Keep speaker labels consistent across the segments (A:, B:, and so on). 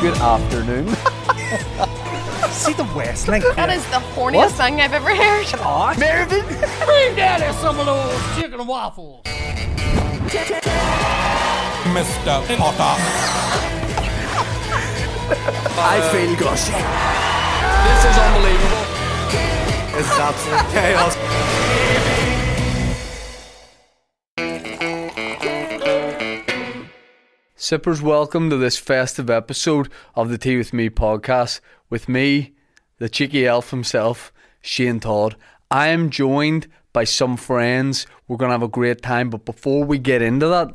A: Good afternoon.
B: See the Westlink.
C: That is the horniest thing I've ever heard.
B: Marvin.
D: Bring down there some of those chicken waffles.
E: Mr. Potter.
A: I feel gush.
E: This is unbelievable.
B: It's absolute chaos.
A: Sippers, welcome to this festive episode of the Tea With Me podcast with me, the cheeky elf himself, Shane Todd. I am joined by some friends. We're going to have a great time, but before we get into that,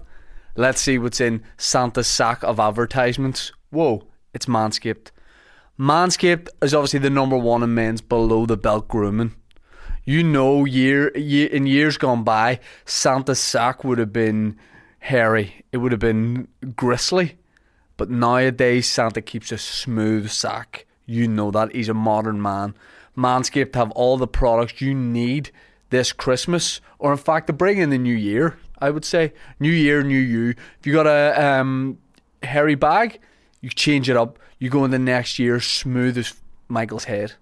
A: let's see what's in Santa's sack of advertisements. Whoa, it's Manscaped. Manscaped is obviously the number one in men's below the belt grooming. You know, year, year in years gone by, Santa's sack would have been hairy. It would have been gristly. But nowadays, Santa keeps a smooth sack. You know that. He's a modern man. Manscaped have all the products you need this Christmas, or in fact, to bring in the new year, I would say. New year, new you. If you got a um, hairy bag, you change it up. You go in the next year smooth as Michael's head.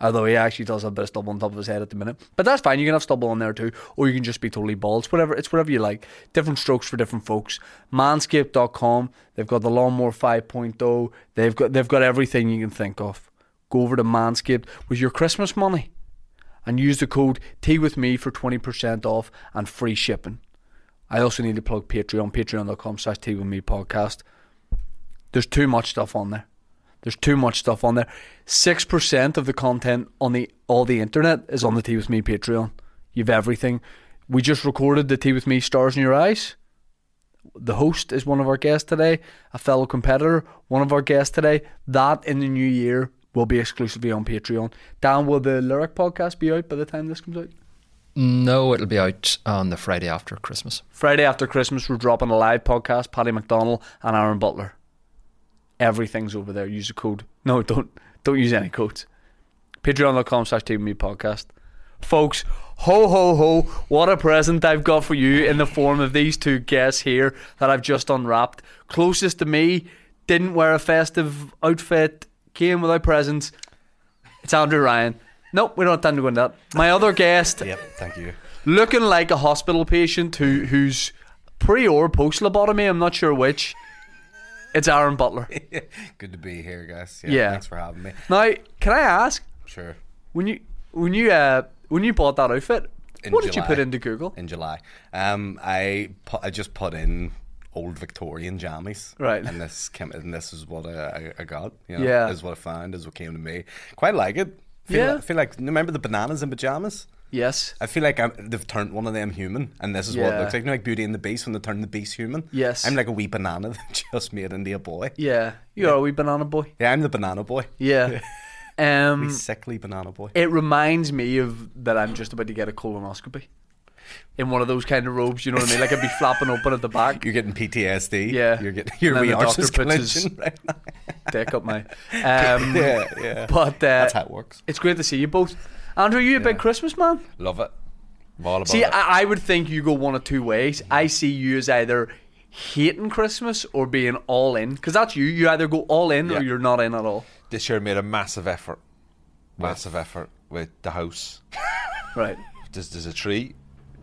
A: Although he actually does have a bit of stubble on top of his head at the minute. But that's fine, you can have stubble on there too, or you can just be totally bald. It's whatever it's whatever you like. Different strokes for different folks. Manscaped.com, they've got the lawnmower 5.0, they've got they've got everything you can think of. Go over to Manscaped with your Christmas money and use the code Tea with me for 20% off and free shipping. I also need to plug Patreon, patreon.com slash tea with me podcast. There's too much stuff on there. There's too much stuff on there. Six percent of the content on the all the internet is on the Tea with Me Patreon. You've everything. We just recorded the Tea with Me Stars in Your Eyes. The host is one of our guests today, a fellow competitor, one of our guests today. That in the new year will be exclusively on Patreon. Dan, will the lyric podcast be out by the time this comes out?
F: No, it'll be out on the Friday after Christmas.
A: Friday after Christmas, we're dropping a live podcast. Paddy McDonald and Aaron Butler. Everything's over there. Use the code. No, don't don't use any codes. Patreon.com slash me podcast. Folks, ho ho ho, what a present I've got for you in the form of these two guests here that I've just unwrapped. Closest to me, didn't wear a festive outfit, came without presents. It's Andrew Ryan. Nope, we don't have time to go into that. My other guest
B: Yep, thank you.
A: looking like a hospital patient who who's pre or post lobotomy. I'm not sure which. It's Aaron Butler.
G: Good to be here, guys.
A: Yeah.
G: Thanks for having me.
A: Now, can I ask
G: Sure.
A: when you when you uh, when you bought that outfit,
G: In
A: what did you
G: July.
A: put into Google?
G: In July, um, I pu- I just put in old Victorian jammies.
A: Right.
G: And this came, and this is what I, I- I got. You know,
A: Yeah.
G: Is what I found. Is what came to me. Quite like it. Feel
A: Yeah.
G: Like, feel like remember the bananas and pajamas.
A: yes.
G: I feel like I'm, they've turned one of them human, and this is what
A: Yeah.
G: it looks like. You know, like Beauty and the Beast when they turned the beast human.
A: Yes.
G: I'm like a wee banana that just made into a boy.
A: Yeah. You're a wee banana boy.
G: Yeah, I'm the banana boy.
A: Yeah. Um,
G: Sickly banana boy.
A: it reminds me of that I'm just about to get a colonoscopy. In one of those kind of robes, you know what I mean? Like it'd be flapping open at the back.
G: You're getting PTSD.
A: Yeah.
G: You're getting your
A: And
G: wee
A: then the
G: arses
A: doctor puts his-
G: clenching right now.
A: Dick up my. Um,
G: yeah, yeah.
A: But uh,
G: That's how it works.
A: It's great to see you both. Andrew, you a big Christmas man?
G: Love it. I'm all about
A: See,
E: uh,
G: it.
A: I, I would think you go one of two ways. I see you as either hating Christmas or being all in, because that's you. You either go all in
E: Yeah.
A: or you're not in at all.
E: This year made a massive effort. Massive effort with the house.
A: Right.
E: There's, there's a tree.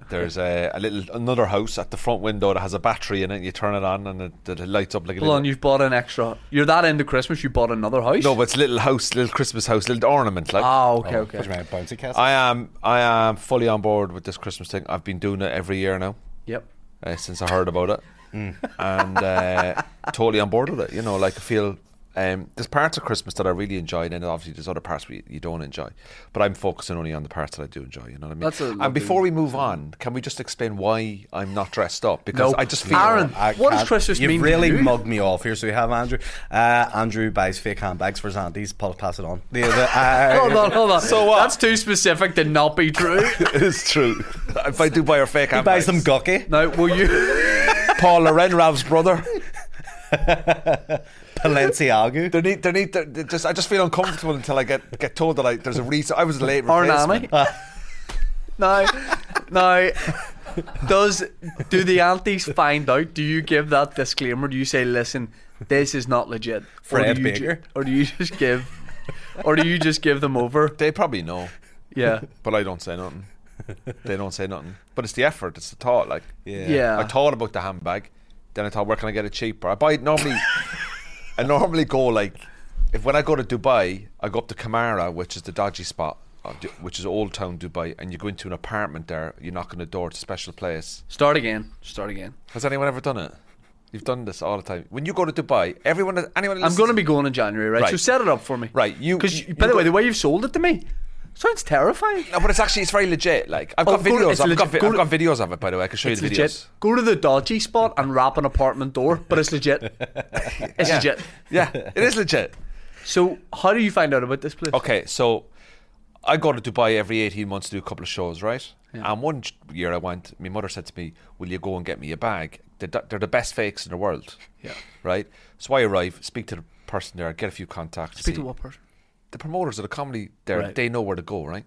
E: There's a, a little another house at the front window that has a battery in it. You turn it on and it, that it lights up like a
A: Hold on,
E: little.
A: you've bought an extra. You're that into Christmas. You bought another house.
E: No, but it's a little house, little Christmas house, little ornament. Like
A: oh, okay, okay.
G: What do you mean, bouncy castle?
E: I am, I am fully on board with this Christmas thing. I've been doing it every year now.
A: Yep.
E: uh, since I heard about it, Mm. and uh, totally on board with it. You know, like I feel um, there's parts of Christmas that I really enjoy, and then obviously there's other parts we, you don't enjoy. But I'm focusing only on the parts that I do enjoy. You know what I mean?
A: That's a lovely-
E: and before we move on, can we just explain why I'm not dressed up? Because
A: Nope.
E: I just feel
A: Aaron,
G: I
A: what does
G: can't-
A: Christmas
G: You've
A: mean to
G: really
A: you?
G: mugged me off here. So we have Andrew. Uh, Andrew buys fake handbags for his aunties. Paul, pass it on. The, the, uh,
A: Hold on, hold on. So what? That's too specific to not be true.
E: it's true. if I do buy her fake,
G: he buys them gucky.
A: now, will you?
E: Paul Loren, Rav's brother.
G: Balenciaga.
E: They need, they need, they just. I just feel uncomfortable until I get get told that I, there's a reason. I was a late
A: Or an
E: replacement. Ah.
A: no, no. Does do the aunties find out? Do you give that disclaimer? Do you say, listen, this is not legit.
G: Fred
A: or do you ju-
G: Baker.
A: or do you just give, or do you just give them over?
E: They probably know,
A: Yeah,
E: but I don't say nothing. they don't say nothing. But it's the effort, it's the thought. Like,
G: Yeah.
A: yeah.
E: I thought about the handbag, then I thought, where can I get it cheaper? I buy normally. I normally go like, if when I go to Dubai, I go up to Kamara, which is the dodgy spot, uh, Du- which is old town Dubai, and you go into an apartment there. You knock on the door. It's a special place.
A: Start again. Start again.
E: Has anyone ever done it? You've done this all the time. When you go to Dubai, everyone, that- anyone. that
A: I'm
E: listens
A: going to
E: to
A: be going in January, right?
E: Right.
A: So set it up for me,
E: Right, you-
A: Because
E: you-
A: by the
E: you
A: way,
E: go-
A: the way you've sold it to me sounds terrifying.
E: No, but it's actually it's very legit. Like I've
A: Oh,
E: got
A: go to-
E: videos.
A: it's
E: I've, got,
A: legit.
E: vi-
A: Go
E: I've
A: to-
E: got videos of it. By the way, I can show
A: It's
E: you the videos.
A: legit. Go to the dodgy spot and rap an apartment door, but it's legit. It's
E: Yeah.
A: legit.
E: Yeah, it is legit.
A: So how do you find out about this place?
E: Okay, so I go to Dubai every 18 months to do a couple of shows, right? And one j- year I went, my mother said to me, Will you go and get me a bag? They're, d- they're the best fakes in the world.
A: Yeah.
E: Right? So I arrive, speak to the person there, get a few contacts.
A: Speak
E: see-
A: to what person?
E: The promoters of the comedy there,
A: Right.
E: they know where to go, right?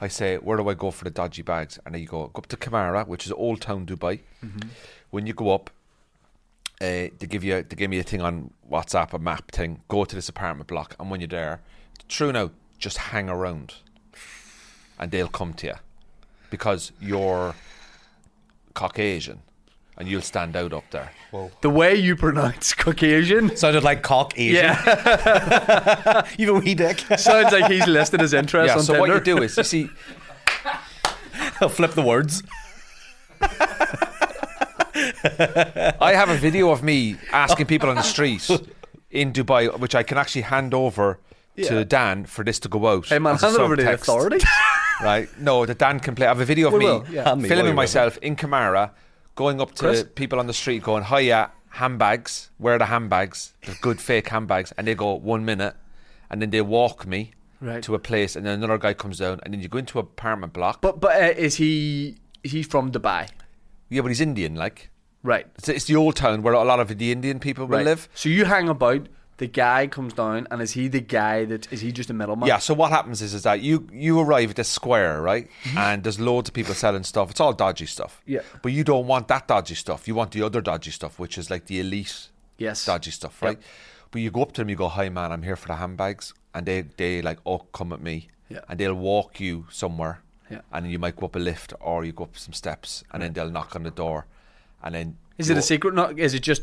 E: I say, Where do I go for the dodgy bags? And then you go, go up to Kamara, which is old town Dubai. When you go up, uh, they give you they gave me a thing on WhatsApp, a map thing. Go to this apartment block, and when you're there, true now, just hang around, and they'll come to you because you're Caucasian, and you'll stand out up there.
A: The way you pronounce Caucasian
G: Sounded like cock Asian.
A: Yeah,
G: You have a wee dick.
A: sounds like he's listed his interest
E: yeah.
A: on
E: So
A: Tinder.
E: what you do is you see.
G: I'll flip the words.
E: I have a video of me asking people on the street in Dubai, which I can actually hand over
A: Yeah.
E: to Dan for this to go out.
A: Hey man,
E: as a
A: hand it over to the
E: subtext.
A: authorities.
E: Right? No, the Dan can play. I have a video of
A: We
E: me
A: will, yeah.
G: Hand me while
E: filming
G: you're
E: myself in Camara, going up to
A: Chris?
E: people on the street, going, "Hiya, handbags. Where are the handbags? The good fake handbags." And they go one minute, and then they walk me
A: Right.
E: to a place, and then another guy comes down, and then you go into an apartment block.
A: but but uh, is he is he from Dubai?
E: yeah, but he's Indian, like.
A: Right.
E: It's, it's the old town where a lot of the Indian people will
A: Right.
E: live.
A: So you hang about. The guy comes down, and is he the guy that is he just a middleman?
E: Yeah, so what happens is is that you you arrive at this square, right? And there's loads of people selling stuff. It's all dodgy stuff.
A: Mm-hmm. Yeah.
E: But you don't want that dodgy stuff. You want the other dodgy stuff, which is like the elite
A: Yes.
E: dodgy stuff, right? But you go up to them, you go, Hi man, I'm here for the handbags and they they like, Oh, come at me.
A: Yeah.
E: And they'll walk you somewhere.
A: Yeah.
E: And you might go up a lift or you go up some steps and then they'll knock on the door and then
A: Is
E: you
A: it a
E: o-
A: secret? Not. Is it just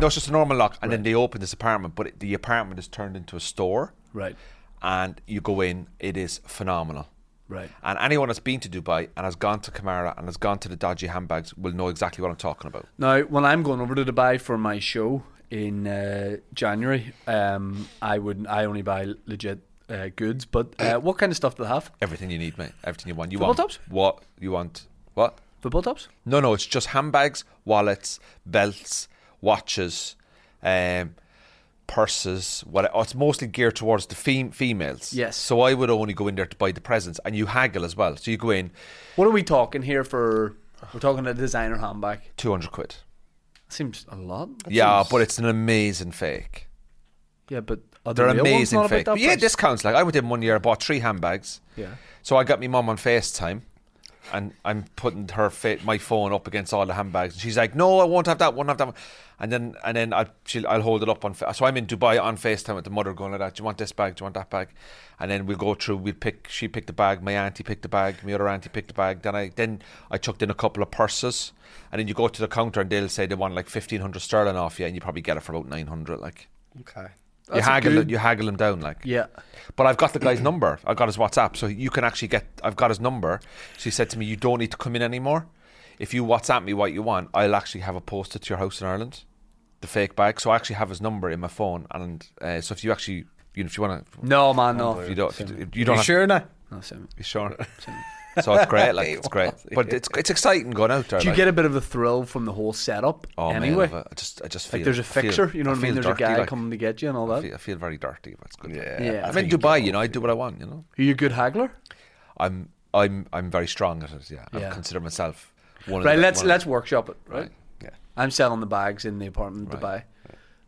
E: No, it's just a normal lock and then they open this apartment, but it, the apartment is turned into a store
A: right?
E: and you go in, it is phenomenal.
A: Right.
E: And anyone that's been to Dubai and has gone to Camara and has gone to the dodgy handbags will know exactly what I'm talking about.
A: Now, when I'm going over to Dubai for my show in uh, January, um, I would I only buy legit uh, goods. But uh, what kind of stuff do they have?
E: Everything you need, mate. Everything you want. You
A: Football
E: want
A: tops?
E: what you want. What?
A: Football tops?
E: No, no. It's just handbags, wallets, belts, watches, um, purses. What? Oh, it's mostly geared towards the fem- females.
A: Yes.
E: So I would only go in there to buy the presents, and you haggle as well. So you go in
A: What are we talking here for? We're talking a designer handbag.
E: two hundred quid.
A: Seems a lot.
E: yeah, but it's an amazing fake.
A: Yeah, but are the
E: They're
A: real ones not
E: amazing
A: about
E: fake.
A: that
E: But yeah,
A: price?
E: discounts. Like I went in one year, I bought three handbags.
A: Yeah.
E: So I got my mum on FaceTime, and I'm putting her fa- my phone up against all the handbags, and she's like, "No, I won't have that one. Have that one." And then and then I she'll, I'll hold it up on. Fa- so I'm in Dubai on FaceTime with the mother, going like that. Do you want this bag? Do you want that bag? And then we'll go through. We'll pick. She picked the bag. My auntie picked the bag. My other auntie picked the bag. Then I then I chucked in a couple of purses, and then you go to the counter, and they'll say they want like fifteen hundred sterling off you, and you probably get it for about nine hundred. Like
G: Okay.
E: you
A: That's a
E: haggle,
A: good-
E: you haggle him down, like.
A: Yeah.
E: But I've got the guy's number. I've got his WhatsApp, so you can actually get. I've got his number. So he said to me, "You don't need to come in anymore. If you WhatsApp me what you want, I'll actually have it posted to your house in Ireland, the fake bag. So I actually have his number in my phone, and uh, so if you actually, you know, if you want to,
A: No, man, no.
E: if you don't, if you, you
G: You
E: don't have
G: sure now?
A: No, same.
E: to be sure. So it's great, like it's great, but it's it's exciting going out there.
A: Do you
E: like.
A: get a bit of a thrill from the whole setup?
E: Oh, man, I
A: anyway,
E: love it. I just, I just feel
A: like there's a
E: I feel-
A: fixer. you know what I mean?
E: feel
A: There's
E: dirty,
A: a guy
E: like.
A: coming to get you and all
E: I
A: that.
E: feel, I feel very dirty, but it's good.
G: Yeah.
A: Yeah.
E: I'm in Dubai, you know. I do what I want, you know.
A: Are you a good haggler?
E: I'm I'm I'm very strong at it. Yeah,
A: Yeah.
E: I consider myself one.
A: Right.
E: of the,
A: Let's
E: one of-
A: let's workshop it. Right.
G: Yeah.
A: I'm selling the bags in the apartment in Dubai.
E: Right.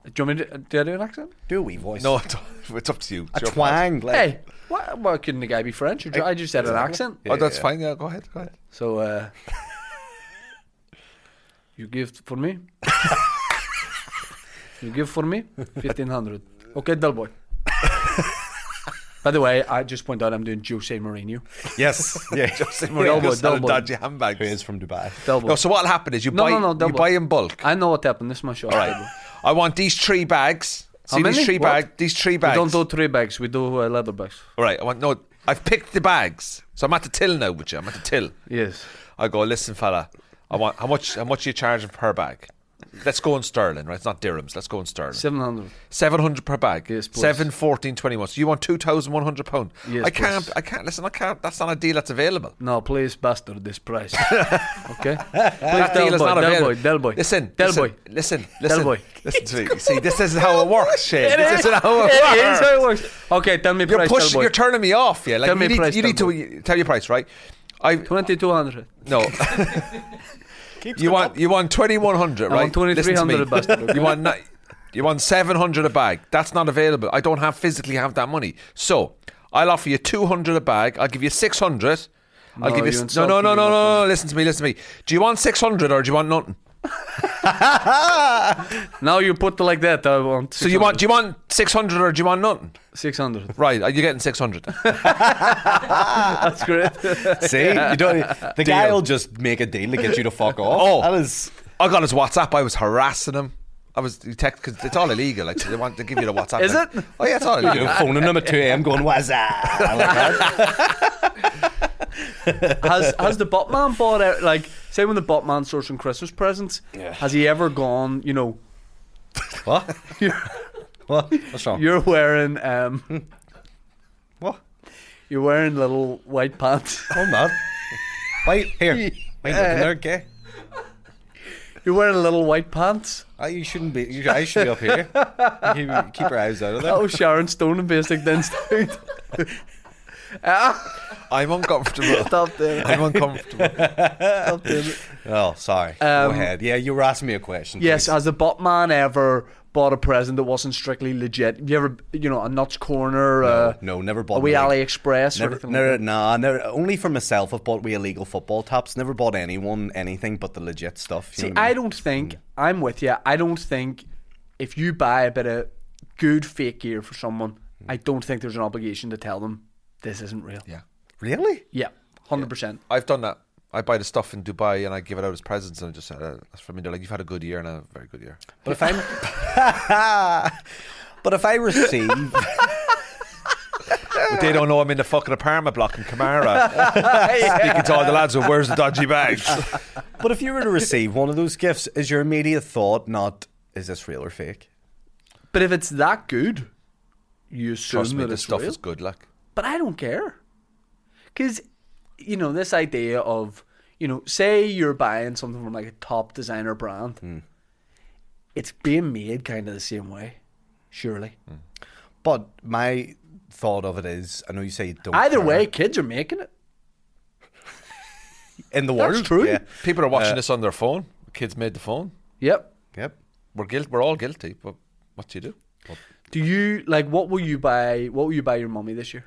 A: Do you want me to, uh, do I do an accent?
G: Do a wee voice.
E: No, it's- it's up to you.
G: a
E: It's your
G: twang. Like,
A: Hey, why, why couldn't the guy be French? Or do- I just said an accent.
E: podcast. Oh, that's fine. Yeah, go ahead. Go ahead.
A: So, uh, you give for me? You give for me fifteen hundred. Okay, dull boy. By the way, I just point out I'm doing Jose Mourinho.
G: Yes. Yeah. Jose
A: Mourinho
E: Because
A: double.
E: of the dodgy
G: who is
E: handbags.
G: from Dubai.
A: Double.
E: No, Oh, so what'll happen is you
A: No,
E: buy
A: no, no,
E: you
A: double.
E: buy in bulk.
A: I know what happened. This is my show.
E: All right. I want these three bags.
A: How
E: See
A: many?
E: these three
A: What?
E: bags. These three
A: We
E: bags.
A: don't do three bags. We do uh, leather bags.
E: All right. I want no. I've picked the bags, so I'm at the till now with you. I'm at the till.
A: Yes.
E: I go, listen, fella. I want how much? How much are you charging per bag? Let's go in sterling, right? It's not dirhams. Let's go in sterling.
A: Seven hundred.
E: Seven hundred per bag.
A: Yes, boss.
E: Seven, fourteen, twenty-one. So you want two thousand one hundred pound?
A: Yes,
E: I can't.
A: boss.
E: I can't. Listen, I can't. That's not a deal that's available.
A: No, please bastard this price. okay? Please
E: That deal
A: Del
E: is
A: boy,
E: not
A: Del
E: available.
A: boy, Del boy.
E: Listen,
A: Del
E: listen,
A: boy.
E: Listen, listen,
A: boy.
E: listen to me. See, this is how it works, Shane.
A: It
E: this
A: is-
E: is how it
A: it is
E: works.
A: how it works. Okay, tell me
E: You're
A: price,
E: pushing.
A: Del boy.
E: You're turning me off. Yeah, like
A: Tell
E: you
A: me
E: need,
A: price,
E: you need
A: tell
E: to tell your price, right? I
A: Twenty two hundred.
E: no. you want you want twenty one hundred,
A: I
E: right?
A: want 2300 a bastard, okay?
E: You want ni- you want seven hundred a bag. That's not available. I don't have physically have that money. So I'll offer you two hundred a bag. I'll give you six hundred. I'll
A: No,
E: give you
A: you
E: s- no no
A: insulted
E: no
A: me,
E: no
A: my
E: no no. Listen to me, listen to me. Do you want six hundred or do you want nothing?
A: Now you put it like that, I want
E: So you want do you want six hundred or do you want nothing?
A: six hundred.
E: Right, you're getting six hundred.
A: That's great.
G: See, you don't. The guy will just make a deal to get you to fuck off.
E: Oh.
G: that is.
E: I got his WhatsApp. I was harassing him. I was text because it's all illegal. Like they want to give you the WhatsApp.
A: Is
E: like-
A: it?
E: Oh yeah, it's all
G: You know,
E: illegal.
G: phoning them at 2 a.m. going, what's that? Like that.
A: has has the Botman bought out like say when the Botman sorts some Christmas presents? Has he ever gone, you know,
G: What? what? What's wrong?
A: you're wearing um
G: What?
A: You're wearing little white pants.
G: I'm not. Wait, here. Wait, look in there, gay.
A: You're wearing little white pants.
G: Oh, you shouldn't be. You, I should be up here. You keep, keep your eyes out
A: That
G: of there.
A: was Sharon Stone and Basic Dance Dude.
E: I'm uncomfortable.
A: Stop there.
E: I'm uncomfortable.
A: Stop doing it.
G: Oh, sorry. Go
A: Um,
G: ahead. Yeah, you were asking me a question.
A: Yes,
G: please.
A: has the Botman ever bought a present that wasn't strictly legit? Have you ever, you know, a Nuts Corner? uh,
G: no, never bought
A: A wee
G: nothing.
A: AliExpress or
G: Never,
A: anything?
G: never,
A: like
G: nah, never, only for myself. I've bought we illegal football tops. Never bought anyone anything but the legit stuff.
A: that? See,
G: You know what
A: I
G: mean?
A: don't think, I'm with you, I don't think if you buy a bit of good fake gear for someone, I don't think there's an obligation to tell them this isn't real.
E: Yeah,
G: really.
A: Yeah, 100%.
E: I've done that. I buy the stuff in Dubai and I give it out as presents and I just say, uh, that's for me. They're like, you've had a good year and a very good year.
G: But if I'm, but if I receive,
A: Eh.
E: But they don't know I'm in the fucking apartment block in Camara. Speaking to all the lads, well, where's the dodgy bags?
G: but if you were to receive one of those gifts, is your immediate thought not is this real or fake?
A: But if it's that good, you assume
E: Trust me,
A: that
E: this
A: it's
E: stuff
A: real.
E: is good. Like,
A: but I don't care. Because, you know, this idea of, you know, say you're buying something from like a top designer brand, it's being made kind of the same way, surely.
G: But my thought of it is, I know you say you don't.
A: Either
G: care.
A: way, kids are making it.
G: in the
A: That's
G: world,
A: true.
G: Yeah.
E: people are watching this on their phone. Kids made the phone.
A: Yep.
G: Yep.
E: We're guilt. We're all guilty. But what do you do?
A: Do you, like, what will you buy? What will you buy your mummy this year?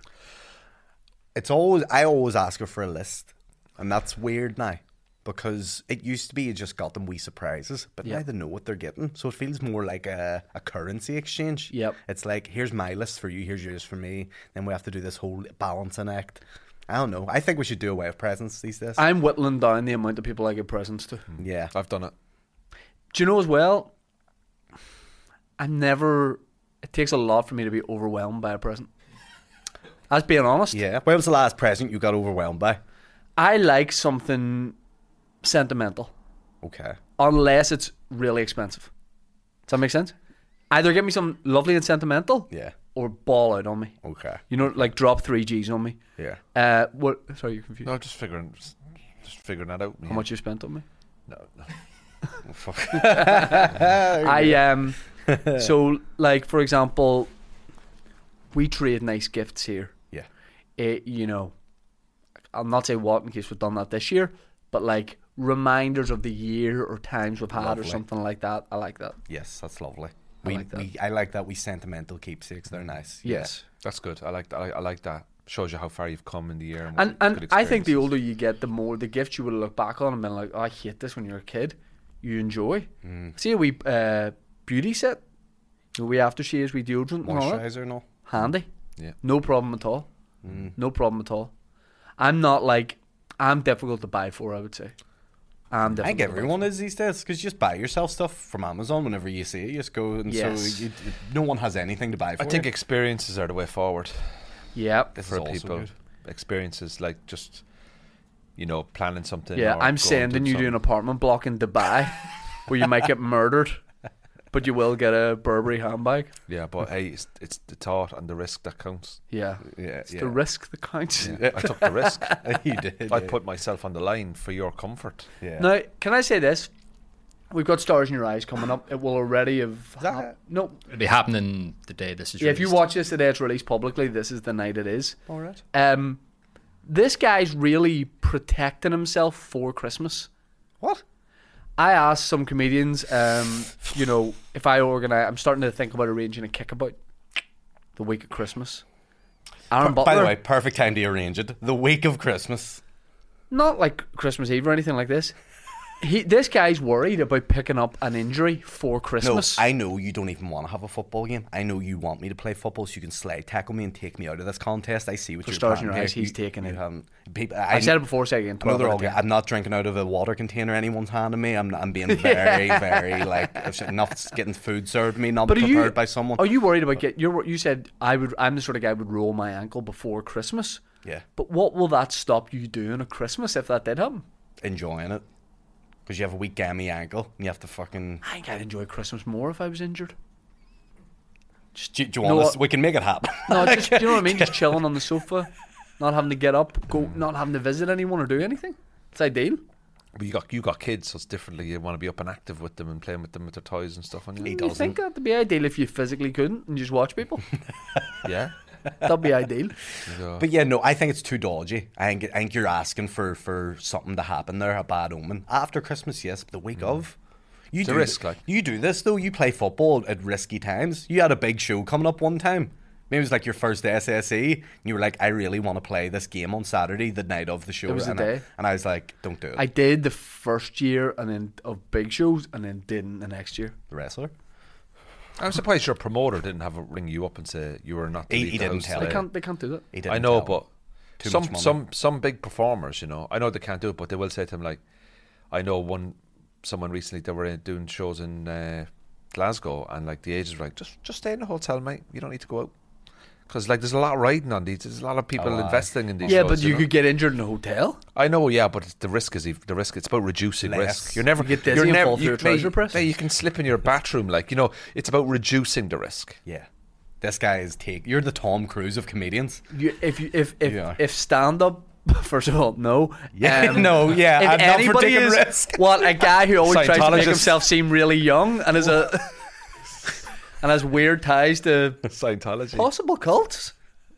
G: It's always I always ask her for a list, and that's weird now because it used to be you just got them wee surprises, but
A: Yeah.
G: now they know what they're getting, so it feels more like a, a currency exchange.
A: Yep.
G: it's like here's my list for you, here's yours for me, then we have to do this whole balancing act. I don't know. I think we should do away with presents these days.
A: I'm whittling down the amount of people I give presents to.
G: yeah,
E: I've done it.
A: Do you know as well? I'm never, it takes a lot for me to be overwhelmed by a present. That's being honest.
G: yeah. When was the last present you got overwhelmed by?
A: I like something sentimental,
G: Okay.
A: unless it's really expensive. Does that make sense? Either get me some lovely and sentimental,
G: Yeah.
A: or ball out on me.
G: Okay.
A: You know, like drop three G's on me.
G: Yeah.
A: Uh, what? Sorry, you're confused.
E: No, I'm just figuring, just, just figuring that out.
A: How much you spent on me?
E: No, no.
A: I um. so, like for example, we trade nice gifts here.
G: Yeah.
A: it, you know, I'll not say what in case we've done that this year, but like reminders of the year or times we've had or
G: Lovely.
A: something like that. I like that.
G: Yes, that's lovely. We,
A: like that.
G: We, I like that. We sentimental keepsakes. They're nice. Yeah.
A: Yes.
E: That's good. I like that. I, I like that. Shows you how far you've come in the year. And, what
A: And
E: good
A: and I think the
E: experiences.
A: older you get, the more the gift you will look back on and been
E: Mm.
A: like, oh, I hate this when you're a kid. You enjoy. See a wee uh, beauty set We aftershaves, we deodorant, and all that.
G: Moisturizer and all.
A: handy.
E: Yeah. Mm.
A: No problem at all. No problem at all. I'm not like I'm difficult to buy for. I would say. I'm difficult.
G: I think
A: to buy
G: everyone is these days because just buy yourself stuff from Amazon whenever you see it. You just go and
A: Yes.
G: so you, no one has anything to buy for.
E: I think
G: you.
E: experiences are the way forward
A: for. Yep.
G: This
E: for
G: is also
E: people.
G: good.
E: Experiences like just, you know, planning something.
A: Yeah,
E: or
A: I'm
E: going
A: sending
E: doing
A: you to an
E: something.
A: apartment block in Dubai where you might get murdered, but you will get a Burberry handbag.
E: Yeah, but hey, it's, it's the thought and the risk that counts.
A: Yeah.
G: Yeah,
A: It's
G: yeah.
A: the risk that counts.
E: I took the risk.
G: you did.
E: I
G: yeah.
E: put myself on the line for your comfort.
G: Yeah.
A: Now, can I say this? We've got Stars in Your Eyes coming up. It will already have. hap- no.
F: It'll be happening the day this is
A: Yeah, if you
F: released.
A: watch this today, it's released publicly. This is the night it is.
G: All right.
A: Um, this guy's really protecting himself for Christmas.
G: What?
A: I asked some comedians, um, you know, if I organize, I'm starting to think about arranging a kickabout the week of Christmas. Aaron Butler,
G: By the way, perfect time to arrange it. The week of Christmas.
A: not like Christmas Eve or anything like this. He, this guy's worried about picking up an injury for
G: No,
A: Christmas.
G: I know you don't even want to have a football game. I know you want me to play football so you can slide tackle me and take me out of this contest. I see what
A: For
G: you're
A: stars in your
G: planning
A: eyes,
G: here.
A: he's
G: You-
A: taken
G: you
A: it.
G: haven't- People, I,
A: I said it before, say it again.
G: I know they're
A: 12
G: all
A: out of
G: good.
A: 10.
G: I'm not drinking out of a water container anyone's handing me. I'm, I'm being very, very like if enough getting food served to me, not
A: But are
G: prepared
A: you
G: by someone.
A: Are you worried about get? You're, you said I would. I'm the sort of guy who would roll my ankle before Christmas.
G: Yeah.
A: But what will that stop you doing at Christmas if that did happen?
G: enjoying it because you have a weak gammy ankle and you have to fucking.
A: I think I'd enjoy Christmas more if I was injured.
G: Just, do, do you want
A: No, uh
G: us?
A: I-
G: We can make it happen.
A: No, just do you know what I mean? Just chilling on the sofa, not having to get up, go,
G: Mm.
A: not having to visit anyone or do anything. It's ideal.
E: But you got you got kids, so it's differently. You want to be up and active with them and playing with them with their toys and stuff. On you,
A: You think that'd be ideal if you physically couldn't and just watch people?
E: yeah.
A: That'd be ideal.
G: But yeah, no, I think it's too dodgy. I think I think you're asking for for something to happen there, a bad omen after Christmas. Yes, but the week of. You
E: Mm. a
G: do
E: risk, like.
G: you do this though. You play football at risky times. You had a big show coming up one time. Maybe it was like your first SSE, and you were like, "I really want to play this game on Saturday, the night of the show."
A: It was the
G: and, I,
A: day.
G: and I was like, "Don't do it."
A: I did the first year and then of big shows and then didn't the next year.
G: the wrestler.
E: I'm surprised your promoter didn't have a ring you up and say you were not. to
G: He-
E: leave
G: he
E: the
G: didn't
E: house
G: tell
A: They
E: today.
G: Yeah.
A: can't. They can't do that.
G: He didn't
E: I
G: tell
E: know,
G: him.
E: but
G: Too
E: some
G: much money.
E: some some big performers, you know, I know they can't do it, but they will say to them like, I know one someone recently they were in- doing shows in uh, Glasgow, and like the agents were like, just just stay in the hotel, mate. You don't need to go out because like there's a lot riding on these. There's a lot of people
G: Oh, aye.
E: investing in these.
A: Yeah,
E: shows,
A: but you
E: know?
A: could get injured in a hotel.
E: I know, yeah, but it's- the risk is ev- the risk. It's about reducing
G: Less.
E: risk. You're never
A: You get dizzy
E: you're
A: and
E: never-
A: fall through
E: you-
A: a trouser
E: mate,
A: press.
E: mate, you can slip in your bathroom, like you know. It's about reducing the risk.
G: Yeah, this guy is take. You're the Tom Cruise of comedians.
A: You, if you, if if
G: Yeah.
A: if stand up, first of all, no.
G: Yeah, no, yeah,
A: If
G: I'm not for
A: anybody
G: taking
A: is
G: risk.
A: well, a guy who always tries to make
E: Scientologist.
A: himself seem really young and is a and has weird ties to
E: Scientology.
A: possible cults.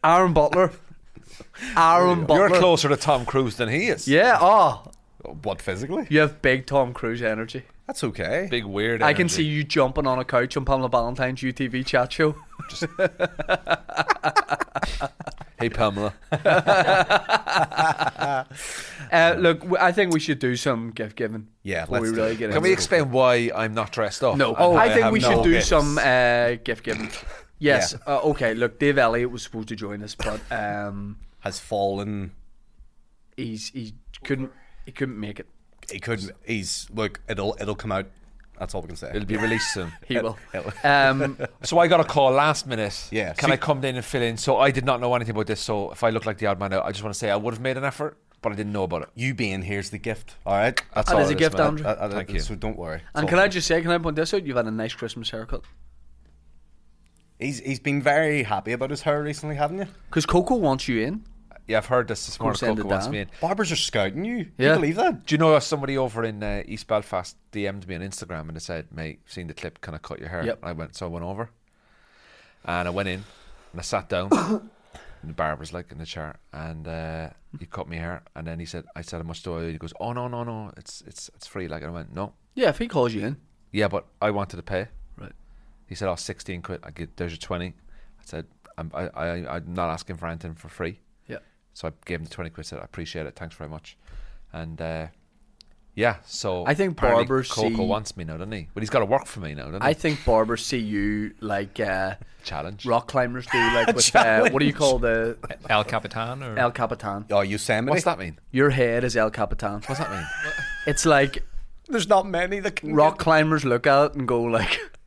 A: Aaron Butler. Aaron Butler.
E: You're closer to Tom Cruise than he is.
A: Yeah. Oh,
G: What physically?
A: you have big Tom Cruise energy.
G: That's okay.
E: big weird.
A: I can see you jumping on a couch on Pamela Valentine's UTV chat show.
E: Hey Pamela.
A: Uh, look, w- I think we should do some gift giving.
G: Yeah,
A: before
G: let's
A: we
G: do
A: really
G: it.
A: get into
E: Can we
A: it.
E: explain why I'm not dressed up?
A: No,
E: And why
A: Oh, I think
E: have
A: we
E: no
A: should do
E: gifts?
A: some uh, gift giving. Yes. Uh, okay. Look, Dave Elliott was supposed to join us, but um,
G: Has fallen.
A: he's he couldn't he couldn't make it.
G: He could. He's look. It'll it'll come out. That's all we can say.
E: It'll be released soon.
A: He will.
G: It'll-
A: Um,
E: So I got a call last minute.
G: Yeah.
E: Can
G: So-
E: I come in and fill in? So I did not know anything about this. So if I look like the odd man out, I just want to say I would have made an effort, but I didn't know about it.
G: you being here's the gift. All right.
E: That's
A: That
E: all
A: is a
E: it
A: gift,
E: man.
A: Andrew.
G: Uh, uh,
E: Thank you.
G: So don't worry.
A: and can I just say, can I point this out? You've had a nice Christmas haircut.
G: He's he's been very happy about his hair recently, haven't you?
A: Because Coco wants you in.
E: Yeah, I've heard this this morning.
A: send
E: Coco
A: it
E: wants
A: down.
E: me in.
G: Barbers are scouting you. Do
A: Yeah.
G: You believe that?
E: Do you know somebody over in uh, East Belfast DM'd me on Instagram and they said, "Mate, seen the clip? Can I cut your hair?"
A: Yep.
E: And I went, so I went over, and I went in and I sat down. and the barber's like in the chair, and uh, he cut me hair. And then he said, "I said how much do I?" owe you?" He goes, "Oh no, no, no, it's it's it's free." Like and I went, "No,
A: Yeah, if he calls you in.
E: yeah, but I wanted to pay."
A: Right.
E: He said, "Oh, 16 quid. I get there's your 20." I said, "I'm I, I I'm not asking for anything for free."
A: Yeah.
E: So I gave him the 20 quid, said, I appreciate it, thanks very much. And uh, Yeah, so
A: I think
E: apparently
A: Barber
E: Coco
A: see-
E: wants me now, doesn't he? But he's got to work for me now, doesn't he?
A: I think barbers see you like uh,
E: Challenge.
A: rock climbers do, like with uh, what do you call the
F: El Capitan or
A: El Capitan?
G: Oh, Yosemite.
E: What's that mean?
A: Your head is El Capitan.
E: What's that mean?
A: It's like
G: There's not many that can
A: rock climbers look at it and go like,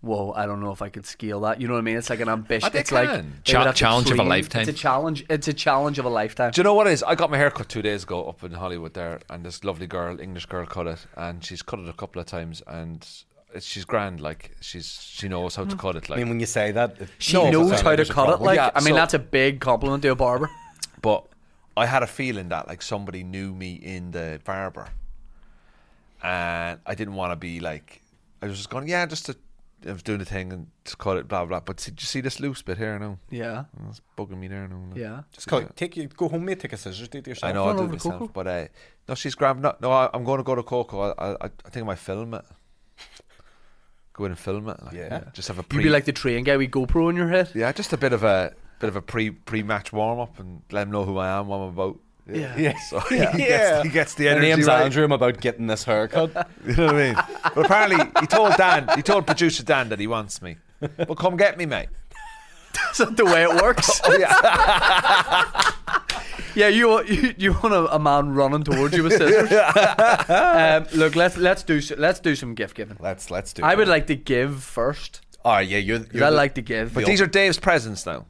A: "Whoa, I don't know if I could scale that." You know what I mean? It's like an ambition.
E: they
A: it's like
E: can.
A: they would
F: Cha-
A: have to
F: challenge of a
A: train.
F: lifetime.
A: It's a challenge. It's a challenge of a lifetime.
E: Do you know what it is? I got my hair cut two days ago up in Hollywood there, and this lovely girl, English girl, cut it, and she's cut it a couple of times, and it's, she's grand. Like she's she knows
A: Hmm.
E: how to cut it.
G: I
E: Like,
G: mean, when you say that, it-
A: She knows how to
E: there's a
A: cut it.
E: problem.
A: Like,
E: Yeah,
A: I mean,
E: so-
A: that's a big compliment to a barber.
E: but I had a feeling that like somebody knew me in the barber, and I didn't want to be like I was just going yeah, just to, I was doing the thing and just cut it, blah blah. But see, did you see this loose bit here now?
A: Yeah,
E: That's bugging me there now.
A: yeah.
G: just go, take you go home, mate. Take a scissors, do it yourself.
E: I know I
A: Run
E: do it
A: over to
E: myself,
A: Coco.
E: but uh, no, she's grand. No, no, I, I'm going to go to Coco. I, I, I think I might film it. Go in and film it. Like,
G: Yeah.
E: just have a
A: You'd
E: pre.
A: be like the train guy with GoPro in your head.
E: yeah, just a bit of a bit of a pre pre match warm up and let him know who I am, what I'm about.
A: Yeah.
E: So he,
G: Yeah.
E: gets, he gets the
G: My
E: energy.
G: name's
E: right.
G: Andrew. I'm about getting this haircut.
E: You know what I mean? but apparently, he told Dan, he told producer Dan that he wants me. But come get me, mate.
A: Is that the way it works?
E: yeah.
A: yeah, you want- you, you want a, a man running towards you with scissors. um, look, let's let's do s- let's do some gift giving.
G: let's let's do.
A: I
G: it.
A: would like to give first.
G: Oh yeah, you're. you're
A: 'cause I
G: the-
A: like to give.
E: But these are Dave's presents now.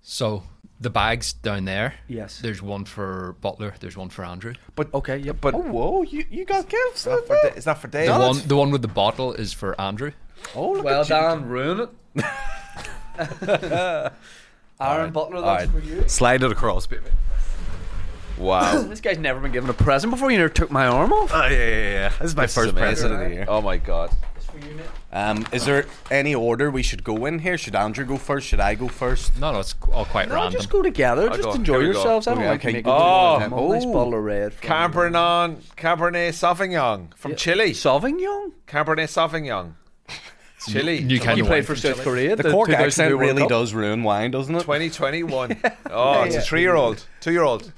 F: so the bags down there.
A: Yes.
F: There's one for Butler. There's one for Andrew.
E: But
A: okay, yep.
E: But
G: Oh whoa, you you got gifts.
E: not for Da- it's not for Dave.
F: The one the one with the bottle is for Andrew.
G: Oh look
A: well
G: at you.
A: done, ruin it. Aaron Butler,
G: All
A: that's
G: right,
A: for you.
G: slide it across, baby.
E: Wow.
A: This guy's never been given a present before. You never took my arm off.
G: Oh yeah, yeah, yeah. This is my
E: This is
G: first
E: amazing.
G: present of the year.
E: Oh my god.
G: Um, is there any order we should go in here? Should Andrew go first? Should I go first?
F: No, no, it's qu- all quite
A: No,
F: random.
A: just go together.
E: I'll
A: just
E: go.
A: enjoy
E: Here we go.
A: yourselves. I don't
G: Okay,
A: like to
G: okay.
A: make
E: Oh,
A: a oh, nice
E: oh.
A: bottle of red. from-
E: Cabernet, Cabernet Sauvignon from Chile.
A: Sauvignon.
E: Cabernet Sauvignon, Chile.
F: New
A: He
F: Canyon
A: played
F: wine.
A: for South Korea.
G: The Cork
A: 2002
G: accent
A: World
G: really
A: Cup.
G: does ruin wine, doesn't it?
E: 2021. Oh, it's a three-year-old, two-year-old.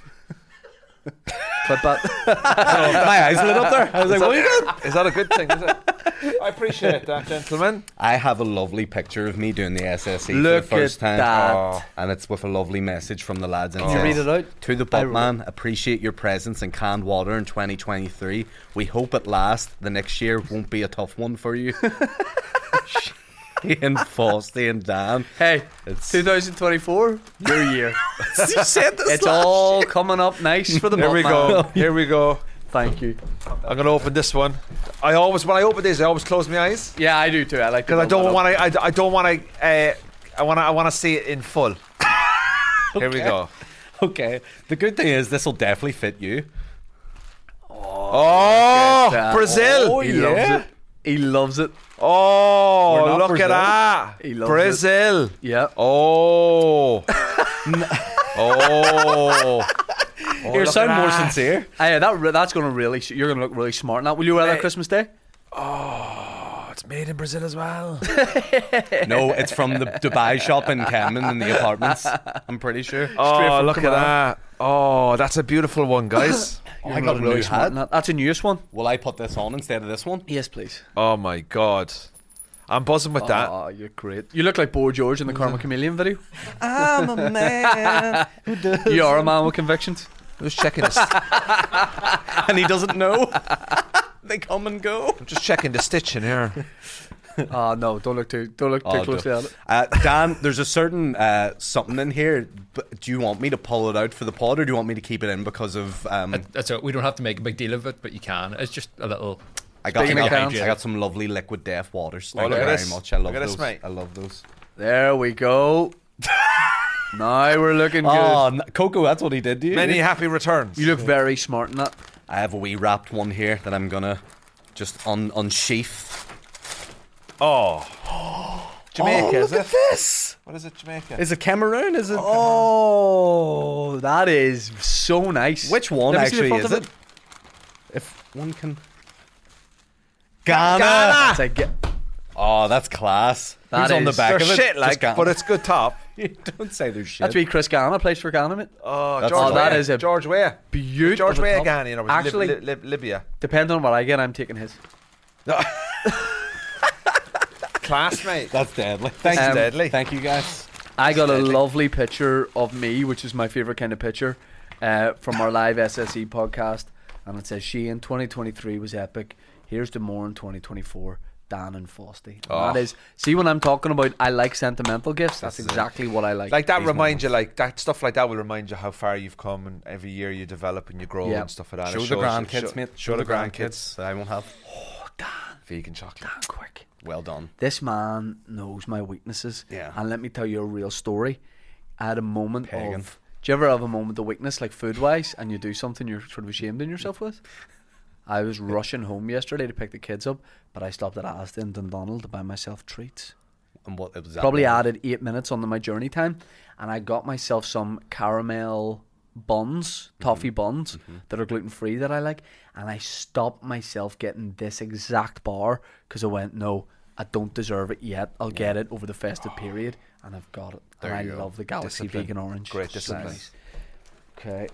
A: Clip that.
G: My eyes lit up there. I was like, what are you doing?
E: Is that a good thing? Is it? I appreciate that, gentlemen.
G: I have a lovely picture of me doing the SSE
A: Look
G: for the first
A: at
G: time. Oh,
A: that.
G: And it's with a lovely message from the lads. Can
A: you read it out?
G: To the
A: I wrote
G: Buttman, appreciate your presence in canned water in 2023. We hope at last the next year won't be a tough one for you. Shane, Fosty, and Dan.
A: Hey,
G: It's-
A: 2024, your year.
G: you said this
A: It's all coming up nice for the
E: Here we
A: Mothman.
E: go. Here we go.
A: Thank you.
E: I'm gonna open this one. I always when I open these, I always close my eyes
A: Yeah, I do too. I like
E: because I don't want to. I, I don't want to. Uh, I want to. I want to see it in full. Here we go.
G: Okay. The good thing is, this will definitely fit you.
E: Oh,
A: that.
E: Brazil.
A: He loves it. He loves it.
G: We're
E: Oh,
G: not
E: look
G: Brazil.
E: at
A: He
E: that.
A: loves
E: Brazil.
A: Yeah.
E: Oh. oh.
G: Here,
E: look
G: sound
E: at
G: more
E: that.
G: sincere.
A: Hey, that re- that's gonna really. Sh- you're gonna look really smart in that. Will you wear that
E: Hey.
A: Christmas Day?
E: Oh, it's made in Brazil as well.
G: No, it's from the Dubai shop in Camden in the apartments. I'm pretty sure.
E: oh, look at that. Oh, that's a beautiful one, guys.
G: Oh,
A: You're gonna look really smart in that. That's the newest one.
G: Will I put this on instead of this one?
A: Yes, please.
E: oh my god. I'm buzzing with that.
A: Oh, you're great. You look like Boy George in the Karma Chameleon video.
G: I'm a man.
A: You are a man with convictions.
E: I'm just checking this. I'm
G: and he doesn't know. they come and go.
E: just checking the stitching here.
A: Ah, no, don't look too don't look too
G: Oh,
A: closely
G: no.
A: at it.
G: Uh, Dan, there's a certain uh, something in here. B- Do you want me to pull it out for the pod or do you want me to keep it in because of. Um,
F: That's it. We don't have to make a big deal of it, but you can. It's just a little.
G: I got, I,
A: Speaking of
G: got,
A: cans.
G: I got some lovely liquid death waters.
E: Oh,
G: Thank
E: look
G: you
E: at
G: very
E: this.
G: much. I love
E: Look at
G: those.
E: this, mate.
G: I love those.
A: There we go. now we're looking
G: Oh,
A: good.
G: n- Coco, that's what he did to you.
E: Many happy returns.
A: You look very smart in that.
G: I have a wee wrapped one here that I'm gonna just un- unsheath.
E: oh.
A: Oh,
E: Jamaica,
G: Oh,
E: is it?
G: this!
E: What is it, Jamaica?
G: Is it Cameroon? Is it?
A: Oh, that is so nice.
G: Which one
A: Let me see the
G: actually
A: front
G: is
A: of
G: it? If one can. Ghana.
E: Ghana!
A: It's like,
G: Oh, that's class.
A: That
G: Who's on the
A: is-
G: back
E: They're
G: of it?
E: shit,
G: Just
E: like,
G: Ghana.
E: but it's good top.
G: Don't say there's shit.
A: That's where Chris Ganna plays for Ganna, mate.
E: Oh,
G: That's
E: George
G: Oh,
A: that
E: Weah.
A: is a
E: George Weah.
A: beautiful
E: George Weah
A: top.
E: Ghana, you know,
A: Actually-
E: actually Lib- Lib- Libya.
A: Depending on what I get, I'm taking his.
E: Classmate.
G: That's deadly. Thank
E: is
G: you.
E: deadly.
G: Thank you guys.
A: I got a lovely picture of me, which is my favourite kind of picture, uh, from our live SSE podcast. And it says, Shane, 2023 was epic. Here's to more in 2024, Dan and Fosty. And
E: Oh.
A: That is, see, when I'm talking about I like sentimental gifts, that's exactly what I like.
E: like that reminds you, like that stuff like that will remind you how far you've come, and every year you develop and you grow
A: Yeah.
E: and stuff like that.
G: Show
E: It
G: the
E: shows-
G: grandkids,
E: show-
G: mate.
E: Show the grandkids.
G: I won't have.
E: Vegan chocolate.
A: Ah, Quick.
G: Well done.
A: This man knows my weaknesses.
G: Yeah.
A: And let me tell you a real story. I had a moment
G: Pagan.
A: of. Do you ever have a moment of weakness, like food wise, and you do something you're sort of ashamed in yourself with? I was rushing home yesterday to pick the kids up, but I stopped at Asda in Dundonald to buy myself treats.
G: And what it was that
A: Probably
G: one?
A: added eight minutes onto my journey time, and I got myself some caramel buns,
E: Mm-hmm.
A: toffee buns that are gluten free that I like, and I stopped myself getting this exact bar because I went, no, I don't deserve it yet. I'll get it over the festive period, and I've got it.
E: There
A: and
E: you
A: I
E: go.
A: love the Galaxy
E: Discipline.
A: Vegan Orange.
E: Great
A: It's nice.
E: discipline.
A: Okay.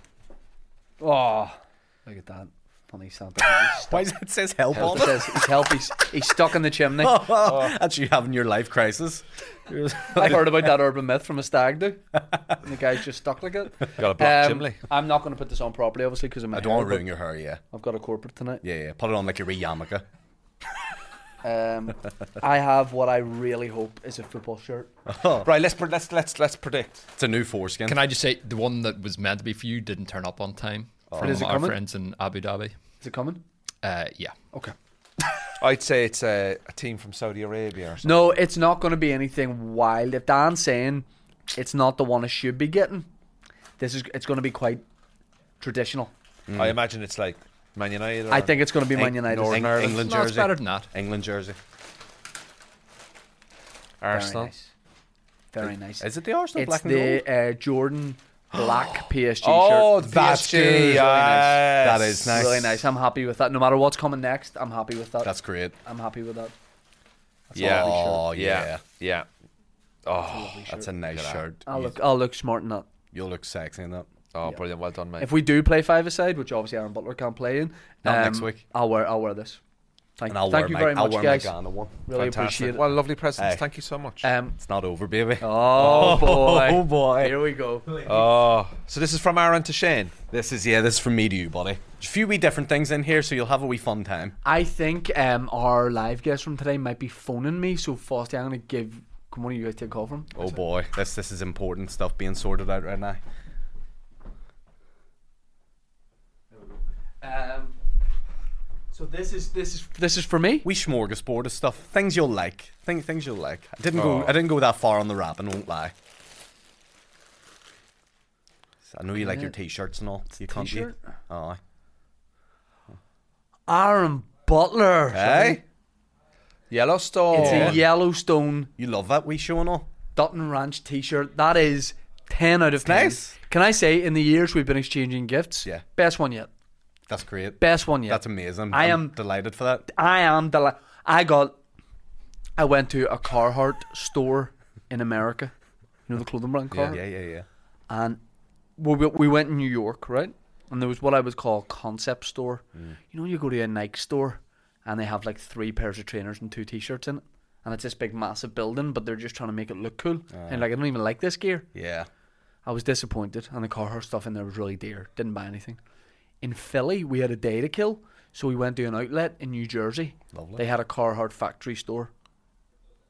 A: Oh, look at that. Funny Santa. He's
G: Why does it says help
A: help.
G: on
A: It
G: it?
A: says he's help. He's, he's stuck in the chimney.
G: That's you having your life crisis.
A: I've heard about that urban myth from a stag do. And the guy's just stuck like it.
E: Got a black
A: Um,
E: chimney.
A: I'm not going to put this on properly, obviously, because I'm.
G: I don't want to ruin your hair, yeah.
A: I've got a corporate tonight.
G: Yeah, yeah. Put it on like your wee yarmulke.
A: Um, I have what I really hope is a football shirt.
E: Right, let's pre- let's let's let's predict.
G: It's a new foreskin.
F: Can I just say the one that was meant to be for you didn't turn up on time from
A: Oh. Is it
F: our
A: coming?
F: friends in Abu Dhabi?
A: Is it coming?
F: Uh, yeah.
A: Okay.
E: I'd say it's a, a team from Saudi Arabia or something.
A: No, it's not going to be anything wild. If Dan's saying it's not the one I should be getting, this is it's going to be quite traditional.
E: I imagine it's like Man United. Or
A: I think it's going to be Man
G: Eng-
A: United.
G: Northern
E: Ireland.
G: England
F: No, it's
G: jersey.
F: better than that.
G: England jersey.
E: Arsenal.
A: Very nice. Very nice.
G: Is it the Arsenal
A: It's
G: black and
A: the uh, Jordan black PSG
E: Oh,
A: shirt.
E: that's
G: good. Really
E: Yes.
G: nice. That is nice.
A: Really nice. I'm happy with that. No matter what's coming next, I'm happy with that.
G: That's great.
A: I'm happy with that. That's
E: Yeah.
A: a lovely shirt.
G: Oh yeah.
E: Yeah, yeah. Oh,
A: Lovely
G: That's
A: shirt.
G: a nice shirt.
A: I'll
G: You-
A: look. I'll look smart in that.
G: You'll look sexy in that.
E: oh, brilliant. Well done, mate.
A: If we do play five aside, which obviously Aaron Butler can't play in, um,
G: Not next week.
A: I'll wear. I'll wear this. Thank,
G: And I'll
A: thank
G: wear
A: you
G: my
A: very
G: I'll
A: much,
G: wear
A: guys.
G: my Ghana one.
A: Really
E: Fantastic.
A: appreciate it.
E: What a lovely presents.
G: Hey.
E: Thank you so much.
A: Um,
G: It's not over, baby.
A: oh, boy.
G: Oh, boy.
A: Here we go.
E: oh, so this is from Aaron to Shane.
G: This is yeah, this is from me to you, buddy. There's a few wee different things in here, so you'll have a wee fun time.
A: I think um, our live guest from today might be phoning me. So, Fosty, I'm going to give. Come on, you guys take a call from.
G: Oh boy, this this is important stuff being sorted out right now.
A: Um, so this is this is this is for me.
G: We smorgasbord of stuff, things you'll like, thing, things you'll like. I didn't
E: Oh.
G: go, I didn't go that far on the rap, and won't lie. So I know you like your t-shirts and all. You can't
A: t-shirt?
G: You? Oh,
A: Aaron Butler.
G: hey,
E: Yellowstone.
A: It's a Yellowstone
G: you love that wee show and all.
A: Dutton Ranch T-shirt. That is ten out of ten.
G: nice.
A: Can I say, in the years we've been exchanging gifts,
G: Yeah.
A: best one yet.
G: That's great.
A: Best one yet.
G: That's amazing.
A: I
G: I'm
A: am-
G: delighted for that.
A: I am the. I got. I went to a Carhartt store in America. You know the clothing brand Carhartt.
G: Yeah, yeah, yeah.
A: and we, we- we went in New York, right? And there was what I would call concept store.
G: Mm.
A: You know, when you go to a Nike store and they have like three pairs of trainers and two t-shirts in it, and it's this big massive building, but they're just trying to make it look cool.
G: Ah.
A: And like, I don't even like this gear.
G: Yeah.
A: I was disappointed, and the Carhartt stuff in there was really dear. Didn't buy anything. In Philly, we had a day to kill, so we went to an outlet in New Jersey.
G: Lovely.
A: They had a Carhartt factory store.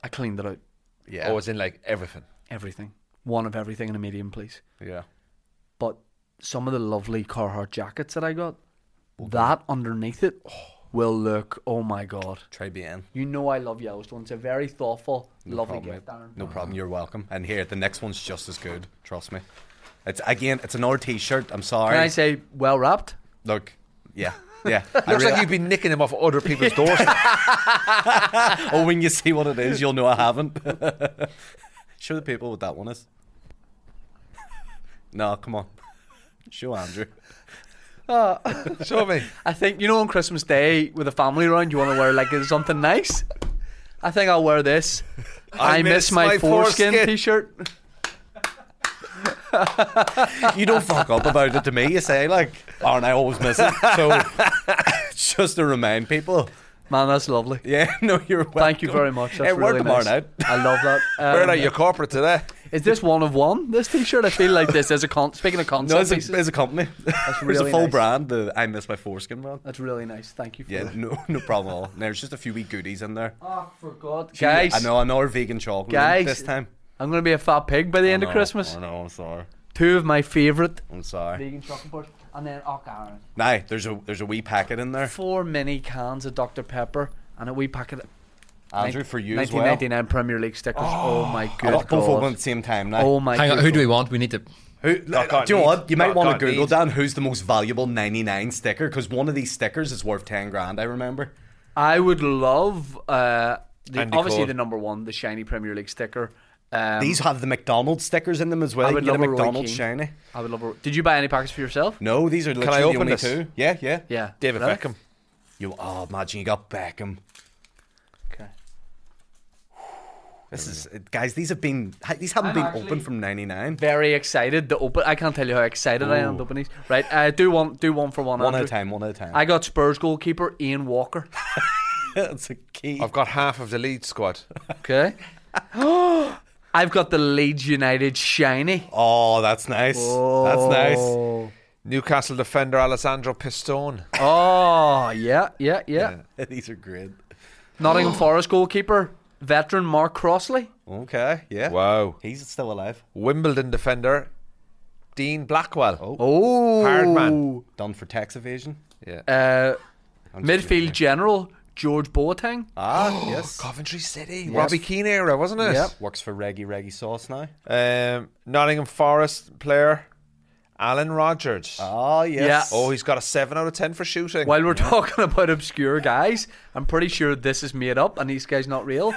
A: I cleaned it out,
G: Yeah.
E: Oh, it's in like everything.
A: everything, one of everything in a medium, please.
G: yeah.
A: but some of the lovely Carhartt jackets that I got, that underneath it will look. Oh my god!
G: Try being.
A: You know I love Yellowstone. It's a very thoughtful, lovely
G: problem,
A: gift,
G: mate.
A: Aaron.
G: No problem. You're welcome. And here, the next one's just as good. Trust me. It's again, it's another T-shirt. I'm sorry.
A: Can I say well wrapped?
G: Look, yeah, yeah. I
E: Looks
G: rea-
E: like you've been nicking them off other people's doorstep.
G: oh, when you see what it is, you'll know I haven't. Show the people what that one is. no, come on. Show Andrew.
E: Show me.
A: I think you know on Christmas Day with the family around, you want to wear like something nice. I think I'll wear this. I, miss, my, foreskin, T-shirt.
G: you don't fuck up about it to me. You say like, "Oh, and I always miss it." So it's just to remind people.
A: Man, that's lovely.
G: Yeah, no, you're welcome.
A: Thank you very much. That's
G: Hey, word
A: really
G: tomorrow
A: nice.
G: night.
A: I love that. Um,
E: Where are you corporate today?
A: Is this one of one? This t-shirt? I feel like this is a con. Speaking of concept
G: No, it's
A: pieces,
G: a, it's a company. it's
A: really
G: a full
A: nice.
G: brand. The I miss my foreskin brand.
A: that's really nice. Thank you for
G: Yeah,
A: that.
G: no, no problem at all. There's just a few wee goodies in there.
A: Oh, for God, guys!
G: I know another vegan chocolate
A: Guys,
G: this time.
A: I'm gonna be a fat pig by the end of Christmas.
G: I know. I'm sorry.
A: Two of my favourite
G: I'm sorry.
A: vegan chocolate bars, and then oh, Karen,
G: Nah, there's a there's a wee packet in there.
A: four mini cans of Dr Pepper and a wee packet of
G: Andrew, for you as well.
A: 1999 Premier League stickers. Oh, my
G: I
A: good
G: want both of them at
A: God!
G: the same time. Now.
A: Oh my.
F: Hang on,
A: good
F: who do
A: God.
F: we want? We need to.
G: Who,
E: Oh, God,
G: do you know
E: needs.
G: what? You might
E: Oh,
G: want
E: God,
G: to Google
E: needs.
G: down who's the most valuable 99 sticker because one of these stickers is worth 10 grand, I remember.
A: I would love uh, the,
E: Andy
A: obviously
E: Cole.
A: the number one, the shiny Premier League sticker. Um,
G: These have the McDonald's stickers in them as well.
A: I
G: you
A: would
G: can get a
A: love a Roy
G: McDonald's
A: Keane.
G: shiny.
A: I would love. A, did you buy any packets for yourself?
G: No, these are literally
E: I open
G: the only
E: this?
G: two. Yeah, yeah.
A: Yeah.
E: David
A: Really?
E: Beckham.
G: You, oh, imagine you got Beckham.
A: Okay.
G: This is, guys, these have been, ha- these haven't
A: I'm
G: been
A: actually-
G: open from 99.
A: Very excited. The open. I can't tell you how excited I am to
G: Ooh.
A: open these. Right. I do one. Do one for one.
G: One at
A: Andrew.
G: a time, one at a time.
A: I got Spurs goalkeeper Ian Walker.
G: That's a key.
E: I've got half of the lead squad.
A: Okay. I've got the Leeds United shiny.
G: Oh, that's nice. That's nice.
A: Oh.
E: Newcastle defender Alessandro Pistone.
A: Oh yeah, yeah, yeah.
G: these are great.
A: Nottingham Forest goalkeeper, veteran Mark Crossley.
G: Okay, yeah.
E: Wow.
G: He's still alive.
E: Wimbledon defender Dean Blackwell. Oh.
A: Oh,
E: Hardman.
G: Done for tax evasion.
E: Yeah.
A: Uh,
G: I'm just
A: midfield general George Boateng.
G: Ah, yes.
E: Coventry City. Robbie Keane era, wasn't it?
A: Yep.
G: Works for Reggie Reggie Sauce now.
E: Um, Nottingham Forest player Alan Rogers.
A: Ah.
G: Oh, yes.
A: Yeah.
E: oh, he's got a 7 out of 10 for shooting.
A: While we're talking about obscure guys, I'm pretty sure this is made up and these guys not real.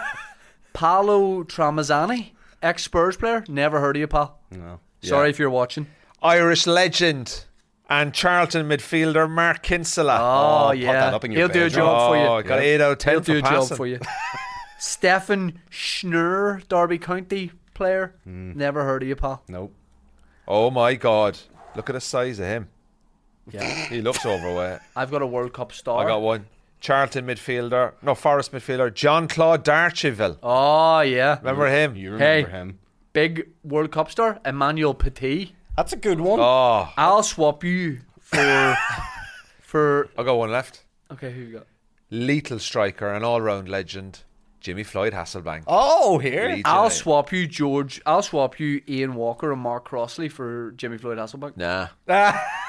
A: Paolo Tramazzani, ex Spurs player. Never heard of you, pal.
G: No.
A: Sorry if you're watching.
E: Irish legend and Charlton midfielder Mark Kinsella.
A: Oh,
G: put
A: yeah,
G: that up in your
A: he'll do a
G: bedroom.
A: job for you.
E: Oh, got 8 out of 10
A: He'll
E: for
A: do a job
E: passing.
A: for you. Stefan Schnurr, Derby County player. Never heard of you, pal.
G: Nope.
E: Oh my God. Look at the size of him.
A: Yeah.
E: He looks overweight.
A: I've got a World Cup star.
E: I got one. Charlton midfielder, no, Forest midfielder, John Claude Darchiville.
A: Oh yeah,
E: Remember him?
G: You remember
A: Hey.
G: him.
A: big World Cup star Emmanuel Petit.
G: That's a good one.
E: Oh,
A: I'll swap you for for
E: I got one left.
A: okay. Who you got?
E: Lethal striker and all round legend, Jimmy Floyd Hasselbank.
G: Oh, here.
E: Leeds
A: I'll
E: United.
A: swap you George. I'll swap you Ian Walker and Mark Crossley for Jimmy Floyd Hasselbank.
E: Nah.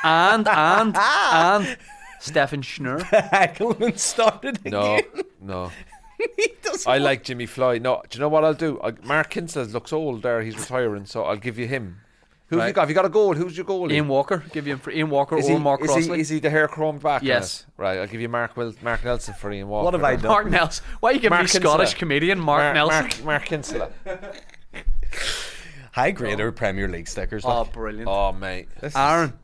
A: And and and Stefan Schnurr.
G: Hagelman started again.
E: No, no.
G: he does
E: I like Jimmy Floyd. No, do you know what I'll do? I, Mark Kinsler looks old there. He's retiring, so I'll give you him. Who have you
A: Right.
E: got? Have you got a goal? Who's your goalie?
A: Ian Walker. Give you him for Ian Walker
E: is,
A: or
E: he,
A: Mark
E: is,
A: Crossley.
E: he, is he the hair chromed back? on
A: Yes.
E: it? Right, I'll give you Mark Wil- Mark Nelson for Ian Walker.
G: What have I done?
A: Mark Nelson. Why are you giving
E: Mark
A: me Scottish
E: Kinsella.
A: comedian Mark, Nelson?
E: Mark, Mark Kinsella.
G: High grader Premier League stickers.
A: Oh,
G: like.
A: brilliant.
E: Oh, mate.
A: Aaron,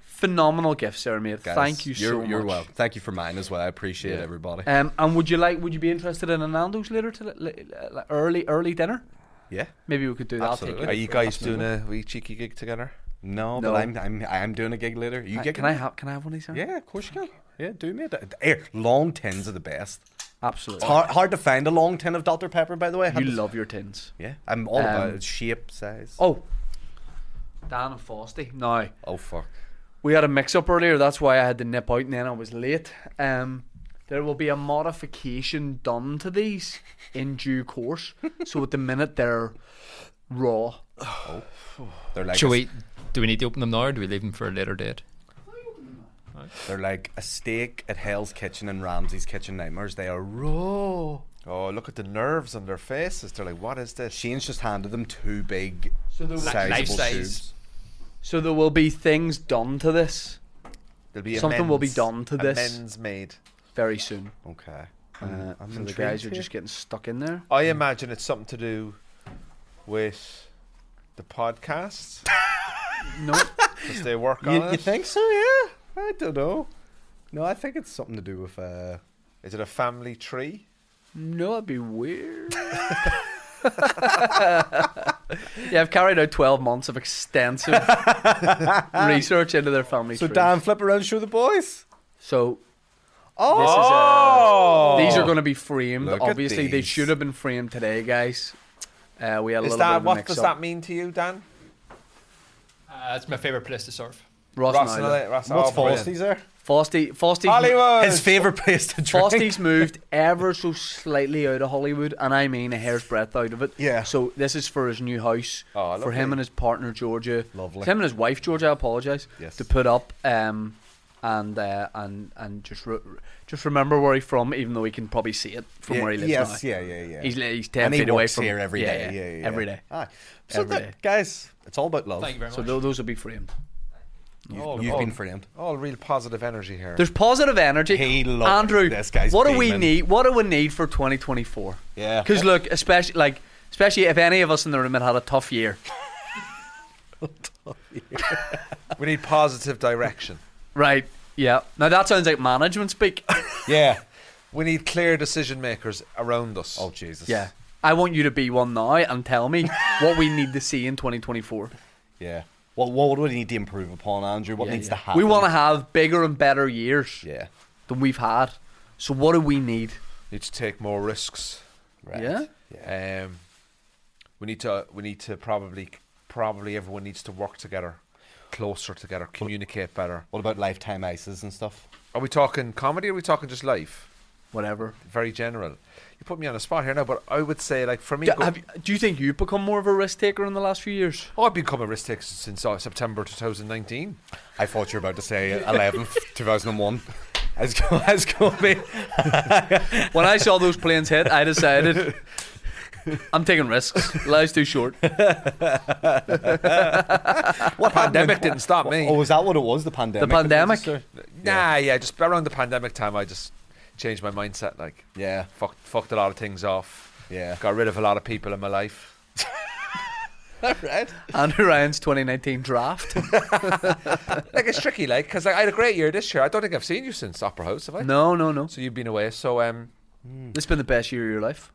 A: phenomenal gifts there, mate.
G: Guys,
A: Thank you so
G: you're, You're
A: much.
G: welcome. Thank you for mine as well. I appreciate everybody.
A: Um, and would you like? Would you be interested in a Nando's later to li- li- li- early early dinner?
G: yeah.
A: Maybe we could do that. I'll take
G: Absolutely.
E: Are you guys doing a wee cheeky gig together?
G: No,
A: No.
G: but I'm I'm I'm doing a gig later. Are you
A: you. Uh,
G: gigging?
A: Can I have? Can I have one of these? Aaron?
G: Yeah, of course you can. Yeah, do me. A, here, long tins are the best.
A: absolutely.
G: Hard, hard to find a long tin of Dr Pepper, by the way.
A: Oh. You
G: Had to-
A: love your tins.
G: Yeah, I'm all about
A: Um,
G: it. shape, size.
A: Oh, Dan and Fosty. Now
G: oh fuck.
A: we had a mix-up earlier. That's why I had to nip out, and then I was late. Um, there will be a modification done to these in due course. so at the minute they're raw.
G: They're like
F: Should we? Do we need to open them now, or do we leave them for a later date?
G: They're like a steak at Hell's Kitchen and Ramsey's Kitchen Nightmares. They are raw.
E: Oh, look at the nerves on their faces. They're like, what is this?
G: Shane's just handed them two big,
A: So there will,
G: sizable
F: knife size.
G: tubes.
A: so there will be things done to this
E: There'll be
A: Something will be done to this.
E: Amends made.
A: very soon.
G: Okay.
A: Uh,
G: I'm
A: so the
G: intrigued
A: guys are
G: here.
A: just getting stuck in there.
E: I imagine it's something to do with the podcast
A: No.
E: because they work on
G: You,
E: it.
G: you think so? Yeah. I don't know. No, I think it's something to do with. Uh,
E: Is it a family tree?
A: No, that'd be weird. Yeah, I've carried out 12 months of extensive research into their family
G: So
A: tree.
G: Dan, flip around, and show the boys.
A: So uh,
G: Oh,
A: these are going to be framed.
G: Look at
A: Obviously, they
G: these.
A: should have been framed today, guys. Uh, we had a little
E: Is
A: bit
E: that
A: of a
E: what does
A: mix
E: that mean to you, Dan?
F: Uh, it's my favourite place to surf.
A: Ross,
E: Ross
A: and
E: and
A: Isla.
E: Ale- Ross-
G: what's
E: oh, brilliant.
G: Fosty's there?
A: Fosty, Fosty's,
E: Hollywood.
G: His favorite place to drink.
A: Fosty's moved ever so slightly out of Hollywood, and I mean a hair's breadth out of it.
G: Yeah.
A: So this is for his new house,
E: Oh,
A: for him
E: lovely.
A: and his partner Georgia.
G: Lovely.
A: It's him and his wife Georgia. I apologise.
G: Yes.
A: To put up, um, and uh, and and just re- just remember where he's from, even though he can probably see it from
G: Yeah,
A: where he lives
G: yes,
A: now.
G: yeah, yeah, yeah.
A: He's, li- he's ten
G: and he
A: feet away
G: works
A: from
G: here every day.
A: Yeah, yeah, every day.
G: Aye. So
A: Every
G: that-
A: day.
G: guys, it's all about love.
F: Thank you very much.
A: So tho- those will be framed.
G: You've,
E: Oh,
G: you've
E: oh.
G: been framed.
E: All real positive energy here.
A: There's positive energy.
G: He loves
A: Andrew,
G: this guy's
A: what do we
G: beaming.
A: need? What do we need for 2024?
G: Yeah.
A: Because look, especially like especially if any of us in the room had had a tough year,
E: we need positive direction.
A: right? Yeah. Now that sounds like management speak.
G: Yeah.
E: We need clear decision makers around us.
G: Oh Jesus.
A: yeah. I want you to be one now and tell me what we need to see in 2024.
G: Yeah. What what would we need to improve upon, Andrew? What needs to happen?
A: We want to have bigger and better years
G: Yeah.
A: than we've had. So what do we need?
E: Need to take more risks.
G: Right.
A: Yeah.
E: Um, we need to. We need to probably. Probably everyone needs to work together, closer together, communicate better.
G: What about lifetime ices and stuff?
E: Are we talking comedy? Or are we talking just life?
A: Whatever.
E: Very general. You put me on a spot here now, but I would say like for me,
A: Do,
E: go-
A: have you, do you think you've become more of a risk taker in the last few years?
E: oh, I've become a risk taker since uh, September 2019.
G: I thought you were about to say 11th, 2001. As go, as go, be.
A: When I saw those planes hit, I decided I'm taking risks. Life's too short.
G: What
E: Pandemic didn't stop me.
G: Oh, was that what it was? The pandemic.
A: The pandemic?
G: Sir?
E: Nah, yeah, just around the pandemic time, I just changed my mindset. Like,
G: Yeah.
E: fucked, fucked a lot of things off.
G: Yeah.
E: got rid of a lot of people in my life.
G: right.
A: Andrew Ryan's 2019 draft.
E: Like it's tricky, like because I had a great year this year. I don't think I've seen you since Opera House, have I?
A: No, no, no.
E: So you've been away. So um,
A: This has been the best year of your life.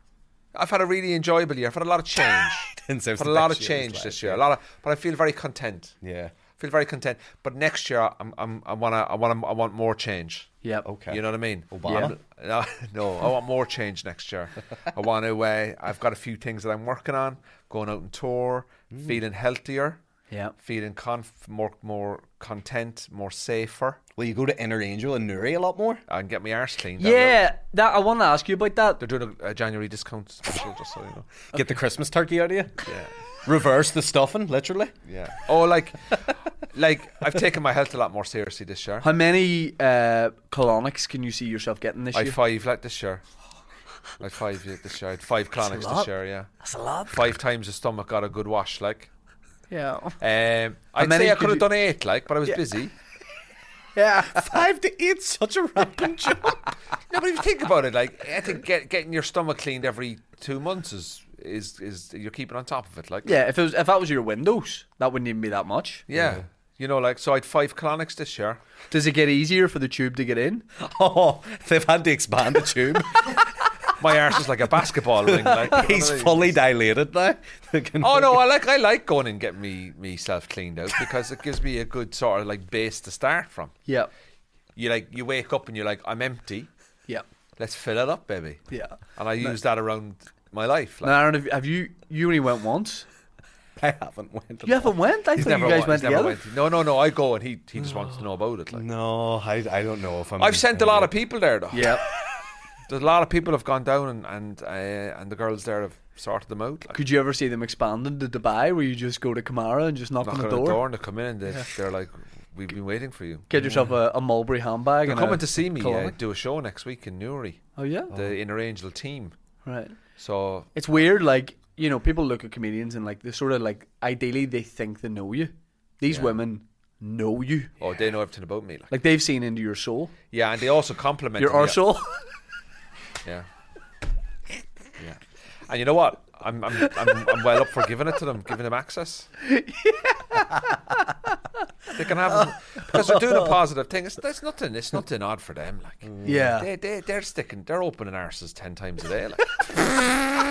E: I've had a really enjoyable year. I've had a lot of change.
G: Didn't say it
E: I've
G: was
E: had
G: the
E: a lot of
G: best year of his
E: change this
G: life,
E: year.
G: yeah.
E: A lot of, but I feel very content.
G: Yeah.
E: I feel very content. But next year, I'm, I'm, I wanna, I wanna, I want more change.
A: Yep.
G: Okay.
E: You know what I mean?
G: Obama?
E: Yeah. No, no, I want more change next year. I want to. Uh, I've got a few things that I'm working on. Going out and tour, feeling healthier,
A: Yeah.
E: feeling conf- more, more content, more safer.
G: Will you go to Inner Angel and Nuri a lot more?
E: I can get my arse cleaned. I will.
A: Yeah, that I want to ask you about that.
E: they're doing a, a January discount special, just so you know.
G: Get the Christmas turkey out of you.
E: Yeah.
G: Reverse the stuffing, literally.
E: Yeah. Oh, like, like I've taken my health a lot more seriously this year.
A: How many uh, colonics can you see yourself getting this
E: I
A: year?
E: had five like this year. I had five yeah, this year. I had five clinics
A: lot.
E: this year. Yeah,
A: That's a lot.
E: five times the stomach got a good wash. Like,
A: Yeah.
E: um, I'd
A: many
E: say I
A: did
E: could
A: you-
E: have done eight. Like, but I was busy.
A: Yeah.
G: Five to eight, such a rampant job.
E: No, but if you think about it, like, I think get, getting your stomach cleaned every two months is is is you're keeping on top of it. Like,
A: Yeah. If it was, if that was your windows, that wouldn't even be that much.
E: yeah. You know, like, so I had five clinics this year.
A: Does it get easier for the tube to get in?
G: Oh, they've had to expand the tube.
E: My arse is like a basketball ring. Like, you know what
G: He's
E: I mean?
G: fully dilated now. They can-
E: Oh no, I like I like going and getting me myself cleaned out because it gives me a good sort of like base to start from.
A: Yeah.
E: You like you wake up and you're like I'm empty.
A: Yeah.
E: Let's fill it up, baby.
A: Yeah.
E: And I use that around my life. Like,
A: Now, Aaron, have, have you? You only went once.
G: I haven't went.
A: You haven't went. I
E: he's
A: thought you
E: never
A: guys
E: wa-
A: went
E: he's never
A: together.
E: went- No, no, no. I go and he he just wants to know about it. Like
G: No, I, I don't know if I'm.
E: I've sent a lot of people there though.
A: Yeah.
E: There's a lot of people have gone down and and uh, and the girls there have sorted them out. Like,
A: Could you ever see them expanded to Dubai, where you just go to Kamara and just knock,
E: knock
A: on
E: on
A: the
E: the
A: door,
E: door and they come in and they, they're like, we've been waiting for you.
A: get yourself a, a Mulberry handbag?
E: They're
A: and
E: coming
A: a
E: to see me uh,
A: colonic?
E: do a show next week in Newry,
A: oh yeah.
E: the Inner Angel team.
A: Right.
E: So
A: It's weird, like, you know, people look at comedians and, like, they sort of, like, ideally they think they know you. These women know you.
E: Oh, they know everything about me. Like,
A: Like, they've seen into your soul,
E: yeah, and they also compliment
A: your
E: me.
A: arsehole.
E: Yeah. yeah. And you know what? I'm, I'm, I'm, I'm well up for giving it to them, giving them access. they can have them, because they're doing a positive thing. It's, there's nothing. It's nothing odd for them. Like,
A: Yeah.
E: they, they, they're sticking. They're opening arses ten times a day. Like.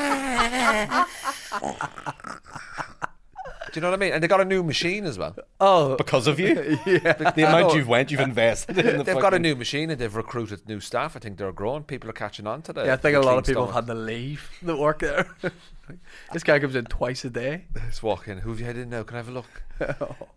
E: Do you know what I mean? And they got a new machine as well.
A: Oh,
G: because of you.
A: yeah.
G: The
E: I
G: amount
E: know.
G: you've went, you've invested. In the
E: They've got a
G: fucking-
E: new machine and they've recruited new staff. I think they're growing. People are catching on to that.
A: Yeah, I think a lot of people have had to leave the work there. this guy comes in twice a day.
E: Just walk in. Who have you had in now? Can I have a look?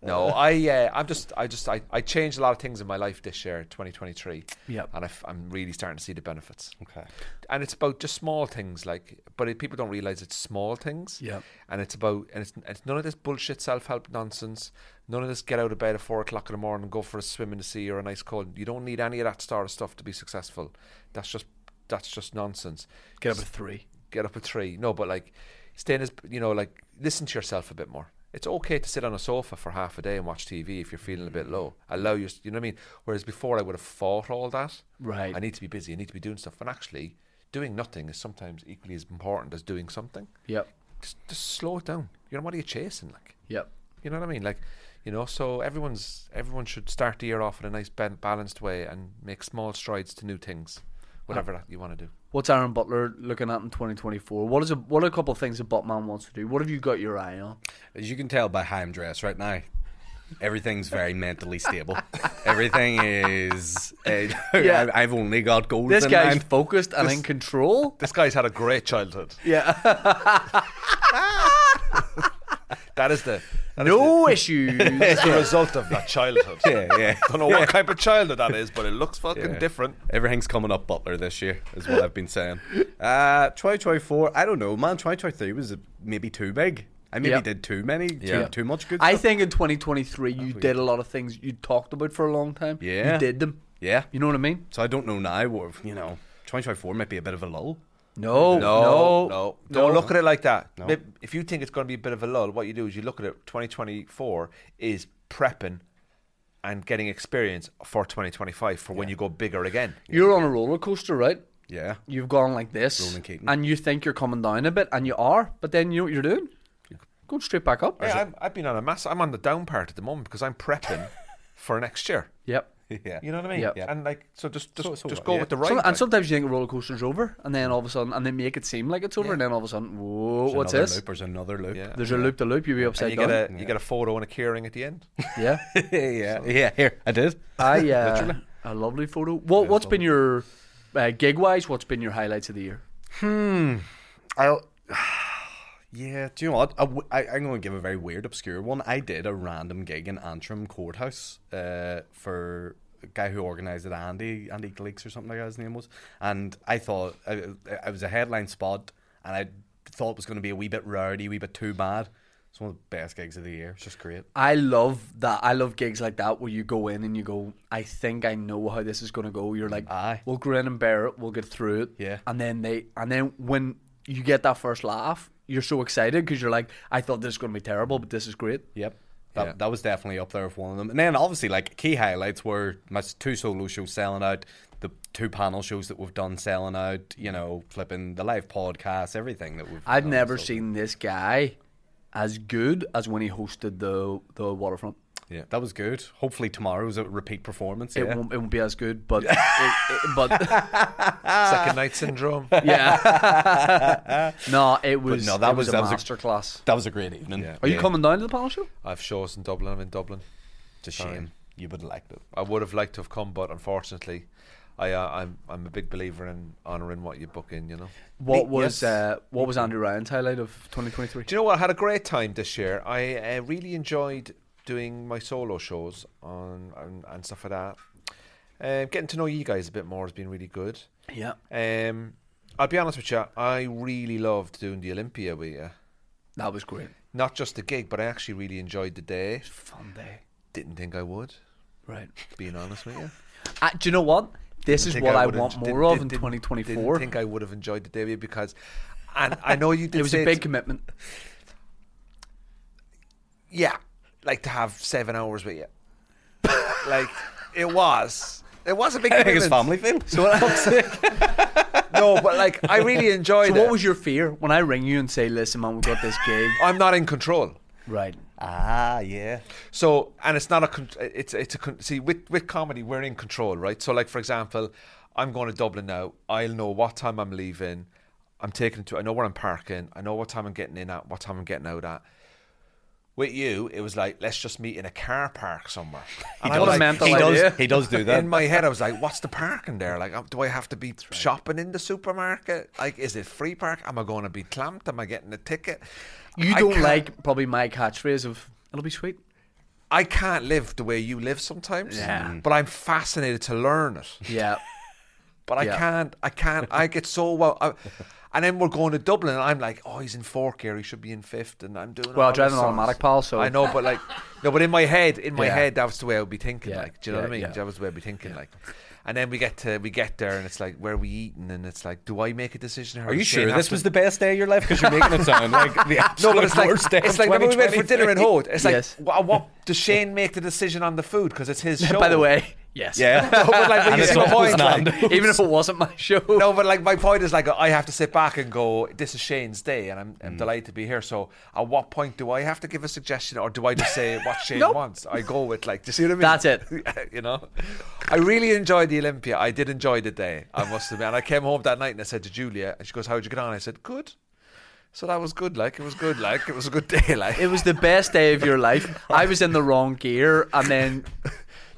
E: no, I, uh, I'm just, I just, I, I changed a lot of things in my life this year, 2023.
A: Yep.
E: And I f- I'm really starting to see the benefits.
G: Okay.
E: And it's about just small things, like, but it, people don't realize it's small things.
A: Yep.
E: And it's about, and it's, it's none of this bullshit self help nonsense. None of this get out of bed at four o'clock in the morning and go for a swim in the sea or a nice cold. You don't need any of that sort of stuff to be successful. That's just, that's just nonsense
A: Get up at three.
E: get up a tree. No, but like stay in his, you know, like listen to yourself a bit more. It's okay to sit on a sofa for half a day and watch TV if you're feeling a bit low. Allow your, you know what I mean? Whereas before I would have fought all that.
A: Right.
E: I need to be busy. I need to be doing stuff. And actually, doing nothing is sometimes equally as important as doing something.
A: Yep.
E: Just, just slow it down. You know, what are you chasing? Like,
A: Yep.
E: you know what I mean? Like, you know, so everyone's everyone should start the year off in a nice ba- balanced way and make small strides to new things, whatever that you want to do.
A: What's Aaron Butler looking at in 2024? What is a, what are a couple of things that Buttman wants to do? What have you got your eye on?
G: As you can tell by how I'm dressed right now, everything's very mentally stable. Everything is. Uh,
A: Yeah.
G: I, I've only got goals
A: This
G: in
A: guy's
G: mind.
A: focused and in control.
E: This guy's had a great childhood.
A: Yeah.
E: That is the that is
A: no issues.
E: the, the result of that childhood.
G: Yeah, yeah.
E: Don't know what type of childhood that is, but it looks fucking
G: Yeah.
E: different.
G: Everything's coming up Butler this year, is what I've been saying. Uh, 2024, I don't know, man. 2023 was maybe too big. I maybe
A: Yep.
G: did too many,
E: Yeah.
G: too, too much good
A: I
G: stuff.
A: think in 2023 you did a lot of things you talked about for a long time.
G: Yeah.
A: You did them.
G: yeah.
A: You know what I mean?
G: So I don't know now. What, you know, 2024 might be a bit of a lull.
A: No. No.
E: Don't look at it like that. Maybe If you think it's going to be a bit of a lull, what you do is you look at it. 2024 is prepping and getting experience for 2025 for when you go bigger again.
A: You're on a roller coaster, right?
G: Yeah.
A: You've gone like this,
G: Ronan Keating.
A: and you think you're coming down a bit, and you are, but then you know what you're doing? Going straight back up.
E: Yeah, I'm, I've been on a mass. I'm on the down part at the moment because I'm prepping for next year.
A: Yep.
G: Yeah.
E: You know what I mean?
A: Yeah.
G: Yeah.
E: And like, so just just,
G: So- so
E: just
G: what?
E: go
G: Yeah.
E: with the right.
A: Some- and sometimes you think a roller coaster's over, and then all of a sudden, and they make it seem like it's over, and then all of a sudden, whoa,
G: There's
A: what's
G: another
A: this?
G: Loop, there's another loop.
E: Yeah.
A: There's a loop to loop, you'll be
E: and
A: upside
E: you
A: down.
E: get a you get a photo and a keyring at the end.
A: Yeah.
G: yeah. Yeah. Here, I did.
A: I, uh, a lovely photo. What, what's been your, uh, gig wise, what's been your highlights of the year?
G: I'll. Yeah, do you know what? I w- I, am going to give a very weird, obscure one. I did a random gig in Antrim Courthouse uh, for a guy who organised it, Andy, Andy Gleeks or something like that, his name was. And I thought I, I was a headline spot, and I thought it was going to be a wee bit rowdy, a wee bit too bad. It's one of the best gigs of the year. It's just great.
A: I love that. I love gigs like that where you go in and you go, I think I know how this is going to go. You're like,
G: Aye.
A: we'll grin and bear it. We'll get through it.
G: Yeah.
A: And then they, and then when you get that first laugh, you're so excited because you're like, I thought this was going to be terrible, but this is great.
G: Yep. That,
E: Yeah.
G: that was definitely up there with one of them. And then obviously, like, key highlights were my s- two solo shows selling out, the two panel shows that we've done selling out, you know, flipping the live podcast, everything that we've
A: I've
G: done,
A: never
G: Oh, so-
A: seen this guy as good as when he hosted the the waterfront.
G: Yeah. That was good. Hopefully, tomorrow's a repeat performance.
A: It
G: yeah.
A: won't it won't be as good, but it, it, but
G: Ah.
E: Second night syndrome.
A: yeah. no, it was
G: no, that
A: it was,
G: was-
A: a
G: that was a-
A: masterclass.
G: That was a great evening.
A: Are you coming down to the panel show?
E: I've shows in Dublin. I'm in Dublin.
G: It's a shame. You would have liked it.
E: I would have liked to have come, but unfortunately, I uh, I'm I'm a big believer in honouring what you book in. You know.
A: What
G: Me-
A: was
G: yes.
A: uh, what was Andrew Ryan's highlight of 2023?
E: Do you know what? I had a great time this year. I uh, really enjoyed doing my solo shows on and, and stuff like that. Um, getting to know you guys a bit more has been really good.
A: Yeah,
E: Um, I'll be honest with you. I really loved doing the Olympia with you.
A: that was great.
E: Not just the gig, but I actually really enjoyed the day.
A: Fun day,
E: Didn't think I would.
A: right?
E: Being honest with you.
A: Uh, do you know what? This is
E: think
A: what I,
E: would've-
A: want
E: did-
A: more of
E: did-
A: in
E: didn't- Didn't
A: 2024.
E: think I would have enjoyed the day with you because, and I know you did.
A: It was
E: say
A: a big
E: it's-
A: commitment.
E: yeah, like to have seven hours with you. like it was, it was a big.
G: I think it's
E: commitment.
G: family film.
A: So what I,
E: no, but like I really enjoyed
A: So
E: it.
A: what was your fear when I ring you and say, "Listen, man, we've got this gig."
E: I'm not in control.
A: right.
G: Ah, yeah.
E: So, and it's not a, con- it's it's a con- see with with comedy we're in control, right? So, like for example, I'm going to Dublin now. I'll know what time I'm leaving. I'm taking to. I know where I'm parking. I know what time I'm getting in at. What time I'm getting out at. With you, it was like let's just meet in a car park somewhere. And
A: does.
E: I'm like,
A: What a mental
G: he
A: idea.
G: does. He does do that.
E: in my head, I was like, "What's the parking there? Like, um, do I have to be shopping in the supermarket? Like, is it free park? Am I going to be clamped? Am I getting a ticket?
A: You
E: I
A: don't
E: can't-
A: like probably my catchphrase of "It'll be sweet."
E: I can't live the way you live sometimes.
A: Yeah.
E: But I'm fascinated to learn it.
A: Yeah.
E: But I
A: Yeah.
E: can't. I can't. I get so well. I, and then we're going to Dublin, and I'm like, oh, he's in fourth gear. He should be in fifth. And I'm doing.
A: Well, I
E: all
A: drive
E: this
A: an
E: songs.
A: automatic, pal, so-
E: I know, but like, no, but in my head, in my
A: Yeah.
E: head, that was the way I would be thinking.
A: Yeah,
E: Like, do you know
A: yeah,
E: what I mean?
A: yeah.
E: That was the way I'd be thinking. Like, and then we get to we get there, and it's like, where are we eating? And it's like, do I make a decision?
G: Are you sure this was the best day of your life? Because you're making it sound like the
E: No,
G: absolute
E: but it's like,
G: worst day.
E: it's
G: of
E: like remember we went for dinner in
G: 2023.
E: Hode. It's like,
A: Yes.
E: wha- what does Shane make the decision on the food because it's his show?
A: By the way, yes.
G: Yeah.
E: but like, when
G: And
E: you
G: it's
E: see the
G: always
E: point, like-
G: Nando's.
A: Even if it wasn't my show.
E: No, but like my point is like I have to sit back and go. This is Shane's day, and I'm,
A: Mm.
E: I'm delighted to be here. So, at what point do I have to give a suggestion, or do I just say what Shane
A: No.
E: wants? I go with like, do you see what I mean?
A: That's it.
E: you know, I really enjoyed the Olympia. I did enjoy the day. I must admit. And I came home that night and I said to Julia, and she goes, "How'd you get on?" I said, "Good." So that was good. Like it was good. Like it was a good day. Like
A: It was the best day of your life. I was in the wrong gear, and then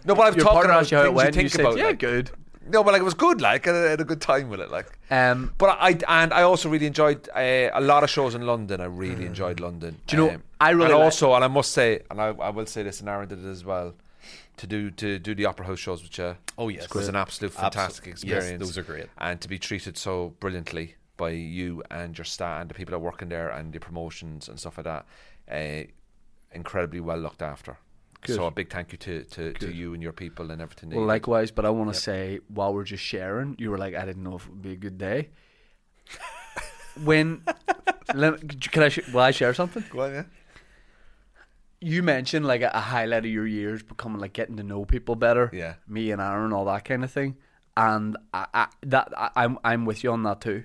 E: no, but I'm
A: your
E: talking
A: partner
E: about
A: asked you how it
E: things you
A: went.
E: think
A: you said,
E: about.
A: "Yeah,
E: like-
A: good."
E: No, but like it was good. Like and I had a good time with it. Like.
A: Um,
E: But I and I also really enjoyed uh, a lot of shows in London. I really
G: Mm.
E: enjoyed London. Um,
A: Do you know, I really
E: and
A: like-
E: also and I must say and I, I will say this and Aaron did it as well to do to do the opera house shows which uh,
G: Oh, yes.
E: was an absolute
G: Absolute-
E: fantastic
G: yes,
E: experience.
G: those are great.
E: and to be treated so brilliantly by you and your staff and the people that work in there and the promotions and stuff like that, uh, incredibly well looked after. So a big thank you to, to, to you and your people and everything. that
A: Well,
E: you did.
A: likewise, but I want to say while we're just sharing, you were like, I didn't know if it would be a good day. when let, can I? Sh- will I share something?
E: Well, yeah.
A: You mentioned like a, a highlight of your years becoming like getting to know people better.
E: Yeah.
A: me and Aaron, all that kind of thing, and I, I that I, I'm I'm with you on that too.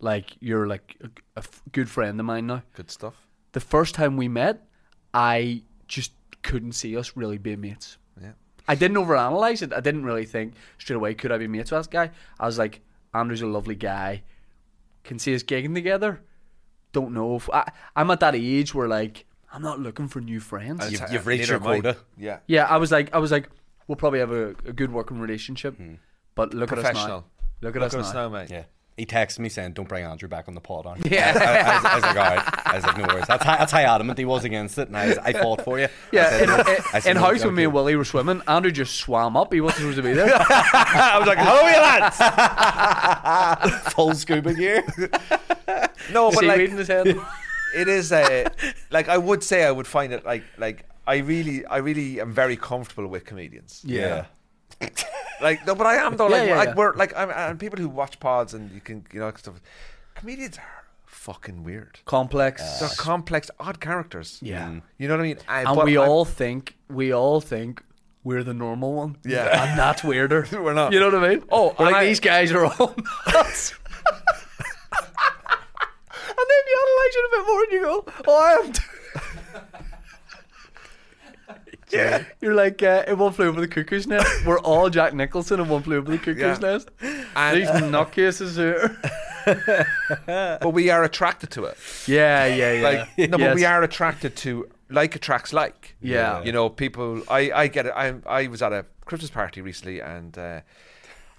A: Like you're like a, a f- good friend of mine now.
E: Good stuff.
A: The first time we met, I just couldn't see us really being mates.
E: Yeah.
A: I didn't overanalyze it. I didn't really think straight away, could I be mates with this guy? I was like, Andrew's a lovely guy. Can see us gigging together. Don't know if I, I'm at that age where like I'm not looking for new friends.
G: You've,
E: Uh,
G: you've reached
E: neither
G: your
E: am I.
G: quota.
E: Yeah.
A: yeah, I was like, I was like, we'll probably have a, a good working relationship. But look at us now.
E: Professional.
A: Hmm. Look at us now.
E: mate.
G: Yeah. He texted me saying, "Don't bring Andrew back on the pod." Aaron."
A: Yeah.
G: I, I- I was, I was like, "All right." I was like, "No worries." That's how, that's how adamant he was against it, and I, was- I fought for you. I
A: Yeah,
G: said,
A: in,
G: "No." I
A: in,
G: said,
A: in
G: "No,
A: house
G: you're
A: when me and
G: good."
A: Willie were swimming, Andrew just swam up. He wasn't supposed to be there.
G: I was like, "Hello, you lads!" Full scuba gear.
E: No, but
A: Seaweed
E: like,
A: in his head.
E: it is a like I would say I would find it like like I really I really am very comfortable with comedians.
G: Yeah.
E: Like no, but I am though.
A: Yeah,
E: Like,
A: yeah,
E: like
A: yeah.
E: we're like I'm, and people who watch pods and you can you know stuff. Comedians are fucking weird.
A: Complex.
E: They're complex, odd characters. Mm.
A: Yeah.
E: You know what I mean? I,
A: and
E: but
A: we
E: I'm-
A: all think we all think we're the normal one.
E: Yeah.
A: and that's weirder.
E: We're not.
A: You know what I mean?
E: Oh,
A: We're
E: and
A: like
E: I-
A: these guys are all nuts. and then you analyze it a bit more, and you go, "Oh, I am." Too. yeah, you're like uh, in one flew over the cuckoo's nest. We're all Jack Nicholson in one flew over the cuckoo's
E: Yeah.
A: nest.
E: And-
A: These nutcases here.
E: but we are attracted to it.
A: Yeah, yeah, yeah.
E: Like no, but
A: Yes.
E: we are attracted to like attracts like.
A: Yeah.
E: You know, people. I I get it. I I was at a Christmas party recently and. Uh,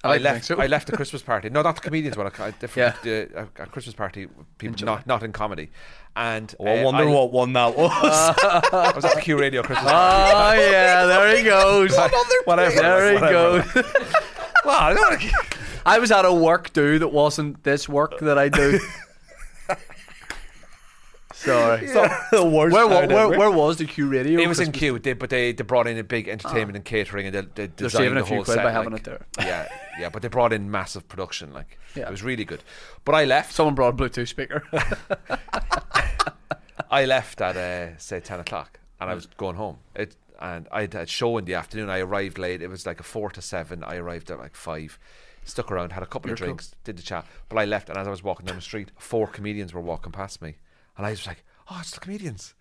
A: I like
E: I,
A: to think
E: left.
A: so.
E: I left a Christmas party. No, not the comedians one. A a different uh, a, a Christmas party. with People not not in comedy. And
A: Oh,
G: Well, I
E: uh,
G: wonder
E: I,
G: what one that was.
A: Uh,
E: I was at the Q Radio Christmas. party.
A: Oh yeah, there he goes.
E: Whatever.
A: There he
E: like, whatever.
A: goes.
E: Well, I don't wanna-
A: I was at a work do that wasn't this work that I do. Sorry.
G: the worst.
A: Where, wa-
G: sound
A: where,
G: ever.
A: where was the Q radio?
E: it was in
A: Christmas?
E: Q. They, but they, they brought in a big entertainment and catering, and they, they designed
A: Ah. saving a
E: the
A: few
E: whole
A: quid
E: set,
A: by having
E: like-
A: it there.
E: Yeah, yeah. But they brought in massive production. Like
A: Yeah.
E: it was really good. But I left.
A: Someone brought a Bluetooth speaker.
E: I left at uh, say ten o'clock, and I was going home. It and I had a show in the afternoon. I arrived late. It was like a four to seven. I arrived at like five. Stuck around, had a couple of drinks, did the chat, but I left. And as I was walking down the street, four comedians were walking past me, and I was like, "Oh, it's the comedians!"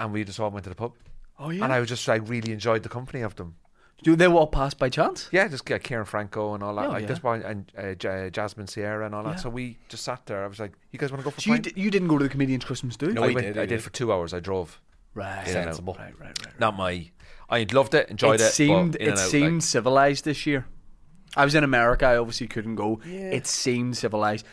E: And we just all went to the pub.
A: Oh, yeah.
E: And I was just, I really enjoyed the company of them.
A: Do they walk past by chance?
E: Yeah, just uh, Kieran Franco and all that.
A: Oh,
E: like
A: yeah.
E: this one, and uh, J- Jasmine Sierra and all that. So we just sat there. I was like, "You guys want to go for a
A: So you,
E: pint?"
A: di- you didn't go to the comedian's Christmas, do you?
G: No.
E: I,
G: we
E: went,
G: did,
E: I
G: we
E: did
G: did.
E: for two hours. I drove.
A: Right.
E: Yeah, no.
A: Sensible. Right, right, right.
E: Not my. I loved it, enjoyed it.
A: it
E: but
A: seemed
E: in and
A: it
E: out, like-
A: seemed civilized this year. I was in America. I obviously couldn't go. It seemed civilized.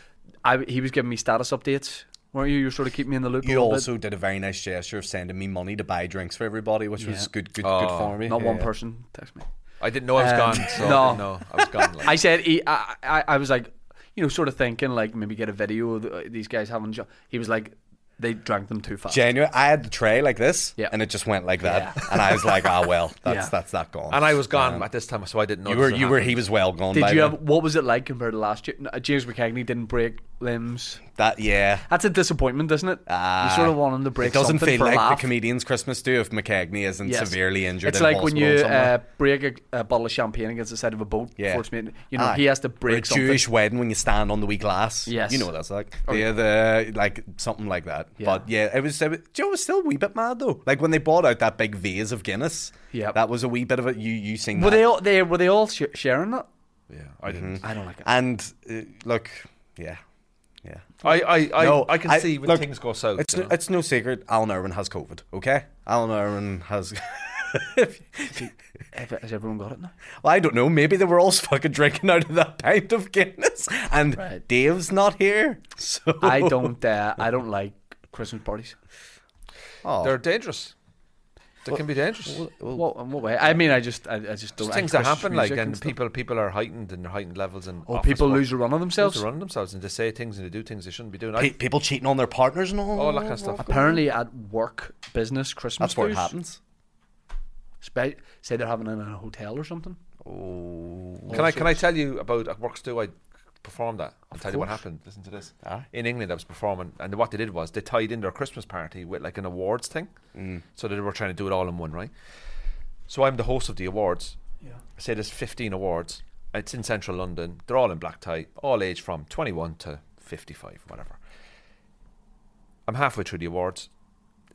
A: I, he was giving me status updates, weren't you? You were sort of keeping me in the loop. a
G: You
A: little bit.
G: also did a very nice gesture of sending me money to buy drinks for everybody, which was
A: Yeah.
G: good, good, good
E: Oh.
G: for me.
A: not one
G: Yeah.
A: person text me.
E: I didn't know I was
A: Um,
E: gone. So
A: no.
E: no, no, I was gone. Like,
A: I said he, I, I I was like, you know, sort of thinking like maybe get a video of the- uh, these guys having. a jo- He was like, they drank them too fast.
G: Genuine. I had the tray like this,
A: Yeah.
G: and it just went like that, and I was like, "Ah, well, that's
A: Yeah.
G: that's that gone."
E: and I was gone at this time, so I didn't know.
G: you
E: this
G: were,
E: had
G: you were,
E: happened.
G: he was well gone.
A: Did
G: by
A: you
G: then.
A: have what was it like compared to last year? No, uh, James McCagney didn't break limbs.
G: that? Yeah,
A: That's a disappointment, isn't it? you sort of want him to break.
G: Uh, Ah, it doesn't
A: something
G: feel
A: for a
G: like
A: laugh.
G: the comedians' Christmas do if McKegney isn't
A: Yes.
G: severely injured.
A: It's
G: in
A: like when
G: hospital
A: you
G: somewhere.
A: uh, break a, a bottle of champagne against the side of a boat.
G: Yeah.
A: Force mate, you know,
G: Aye.
A: he has to
G: Or a
A: break something.
G: Jewish wedding when you stand on the wee glass.
A: Yes. Oh,
G: you know what that's like. yeah, the like something like that.
A: Yeah.
G: But yeah, it was. It was Joe was still a wee bit mad though. Like when they bought out that big vase of Guinness.
A: Yep.
G: that was a wee bit of it. You you seen
A: Were
G: that?
A: they all? They were they all sh- sharing that?
E: Yeah, I didn't.
A: I don't like it.
G: and uh, look, yeah, yeah.
E: I, I, I,
G: No,
E: I can
G: I-
E: see when
G: look,
E: things go south.
G: It's
E: you
A: uh,
G: no,
E: know?
G: it's no secret. Alan Irwin has COVID. Okay, Alan Irwin has.
A: Ev- Has everyone got it now?
G: Well, I don't know. Maybe they were all fucking drinking out of that pint of Guinness, and
A: Right.
G: Dave's not here, so
A: I don't. Uh, I don't like Christmas parties.
G: Oh.
E: They're dangerous. They can be dangerous.
A: What, in what way? I mean, I just, I, I just don't.
E: There's
A: like
E: things that
A: Christmas
E: happen, like,
A: music
E: and
A: stuff.
E: people, people are heightened and heightened levels, and
A: Oh,
E: office
A: people
E: work.
A: lose a run on
E: They lose
A: themselves.
E: the run of themselves, and they say things and they do things they shouldn't be doing.
G: Pe-
E: I,
G: people cheating on their partners and all,
A: Oh,
E: all that kind of stuff.
A: Apparently, at work, business Christmas.
G: That's what
A: dues,
G: happens.
A: spe- say they're having it in a hotel or something.
E: Can I can I tell you about at Works too? I performed that. I'll tell you what
A: course.
E: happened. Ah. Listen to this. In England, I was performing, and what they did was they tied in their Christmas party with like an awards thing. So they were trying to do it all in one, right? So I'm the host of the awards. Yeah. I say there's 15 awards. It's in central London. They're all in black tie, all aged from 21 to 55, whatever. I'm halfway through the awards.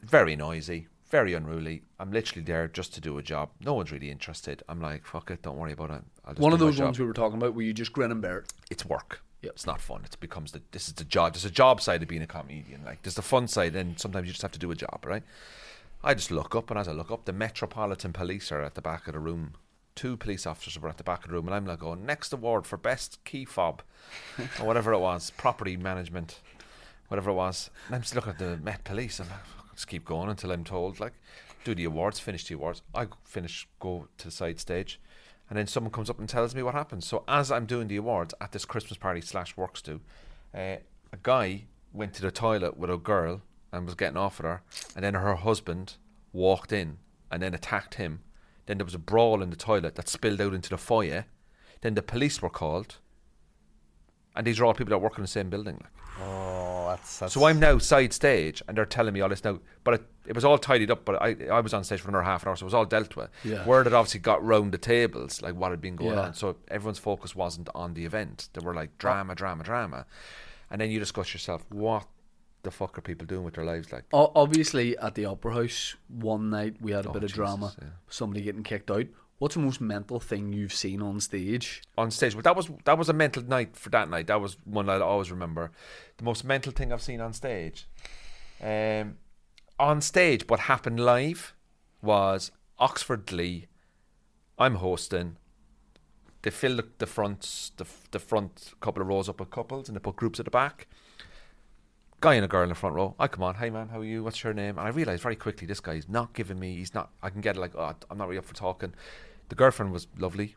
E: Very noisy, very unruly. I'm literally there just to do a job. No one's really interested. I'm like, fuck it, don't worry about it. I'll just
A: One
E: do
A: of
E: my
A: those
E: job
A: ones we were talking about where you just grin and bear it.
E: it's work. It's not fun. It becomes the this is the job. There's a job side of being a comedian. Like there's the fun side, and sometimes you just have to do a job, right? I just look up, and as I look up, the Metropolitan Police are at the back of the room. Two police officers were at the back of the room, and I'm like, "Oh, next award for best key fob, or whatever it was, property management, whatever it was." And I'm just looking at the Met Police, and I'm like, "Fuck, just keep going until I'm told. Like, do the awards, finish the awards. I go- finish, go to the side stage, and then someone comes up and tells me what happened. So as I'm doing the awards at this Christmas party slash works do, uh, a guy went to the toilet with a girl and was getting off with her, and then her husband walked in and then attacked him. Then there was a brawl in the toilet that spilled out into the foyer. Then the police were called, and these are all people that work in the same building. Like.
G: Oh, that's, that's
E: So I'm now side stage, and they're telling me all this now. But it, it was all tidied up. But I, I was on stage for another half an hour, so it was all dealt with.
A: Yeah.
E: Word had obviously got round the tables, like what had been going
A: Yeah.
E: on. So everyone's focus wasn't on the event. They were like drama, drama, drama, and then you discuss yourself: what the fuck are people doing with their lives? Like,
A: O- obviously, at the Opera House one night we had a bit of
E: Oh, Jesus,
A: drama.
E: yeah.
A: Somebody getting kicked out. What's the most mental thing you've seen on stage?
E: on stage. But that was that was a mental night for that night. That was one I always remember. The most mental thing I've seen on stage, um, on stage, what happened live was Oxford Glee. I'm hosting. They filled the, the fronts, the f- the front couple of rows up with couples, and they put groups at the back. Guy and a girl in the front row. I come on, hey man, how are you? What's your name? And I realised very quickly this guy is not giving me. He's not. I can get like, oh, I'm not really up for talking. The girlfriend was lovely,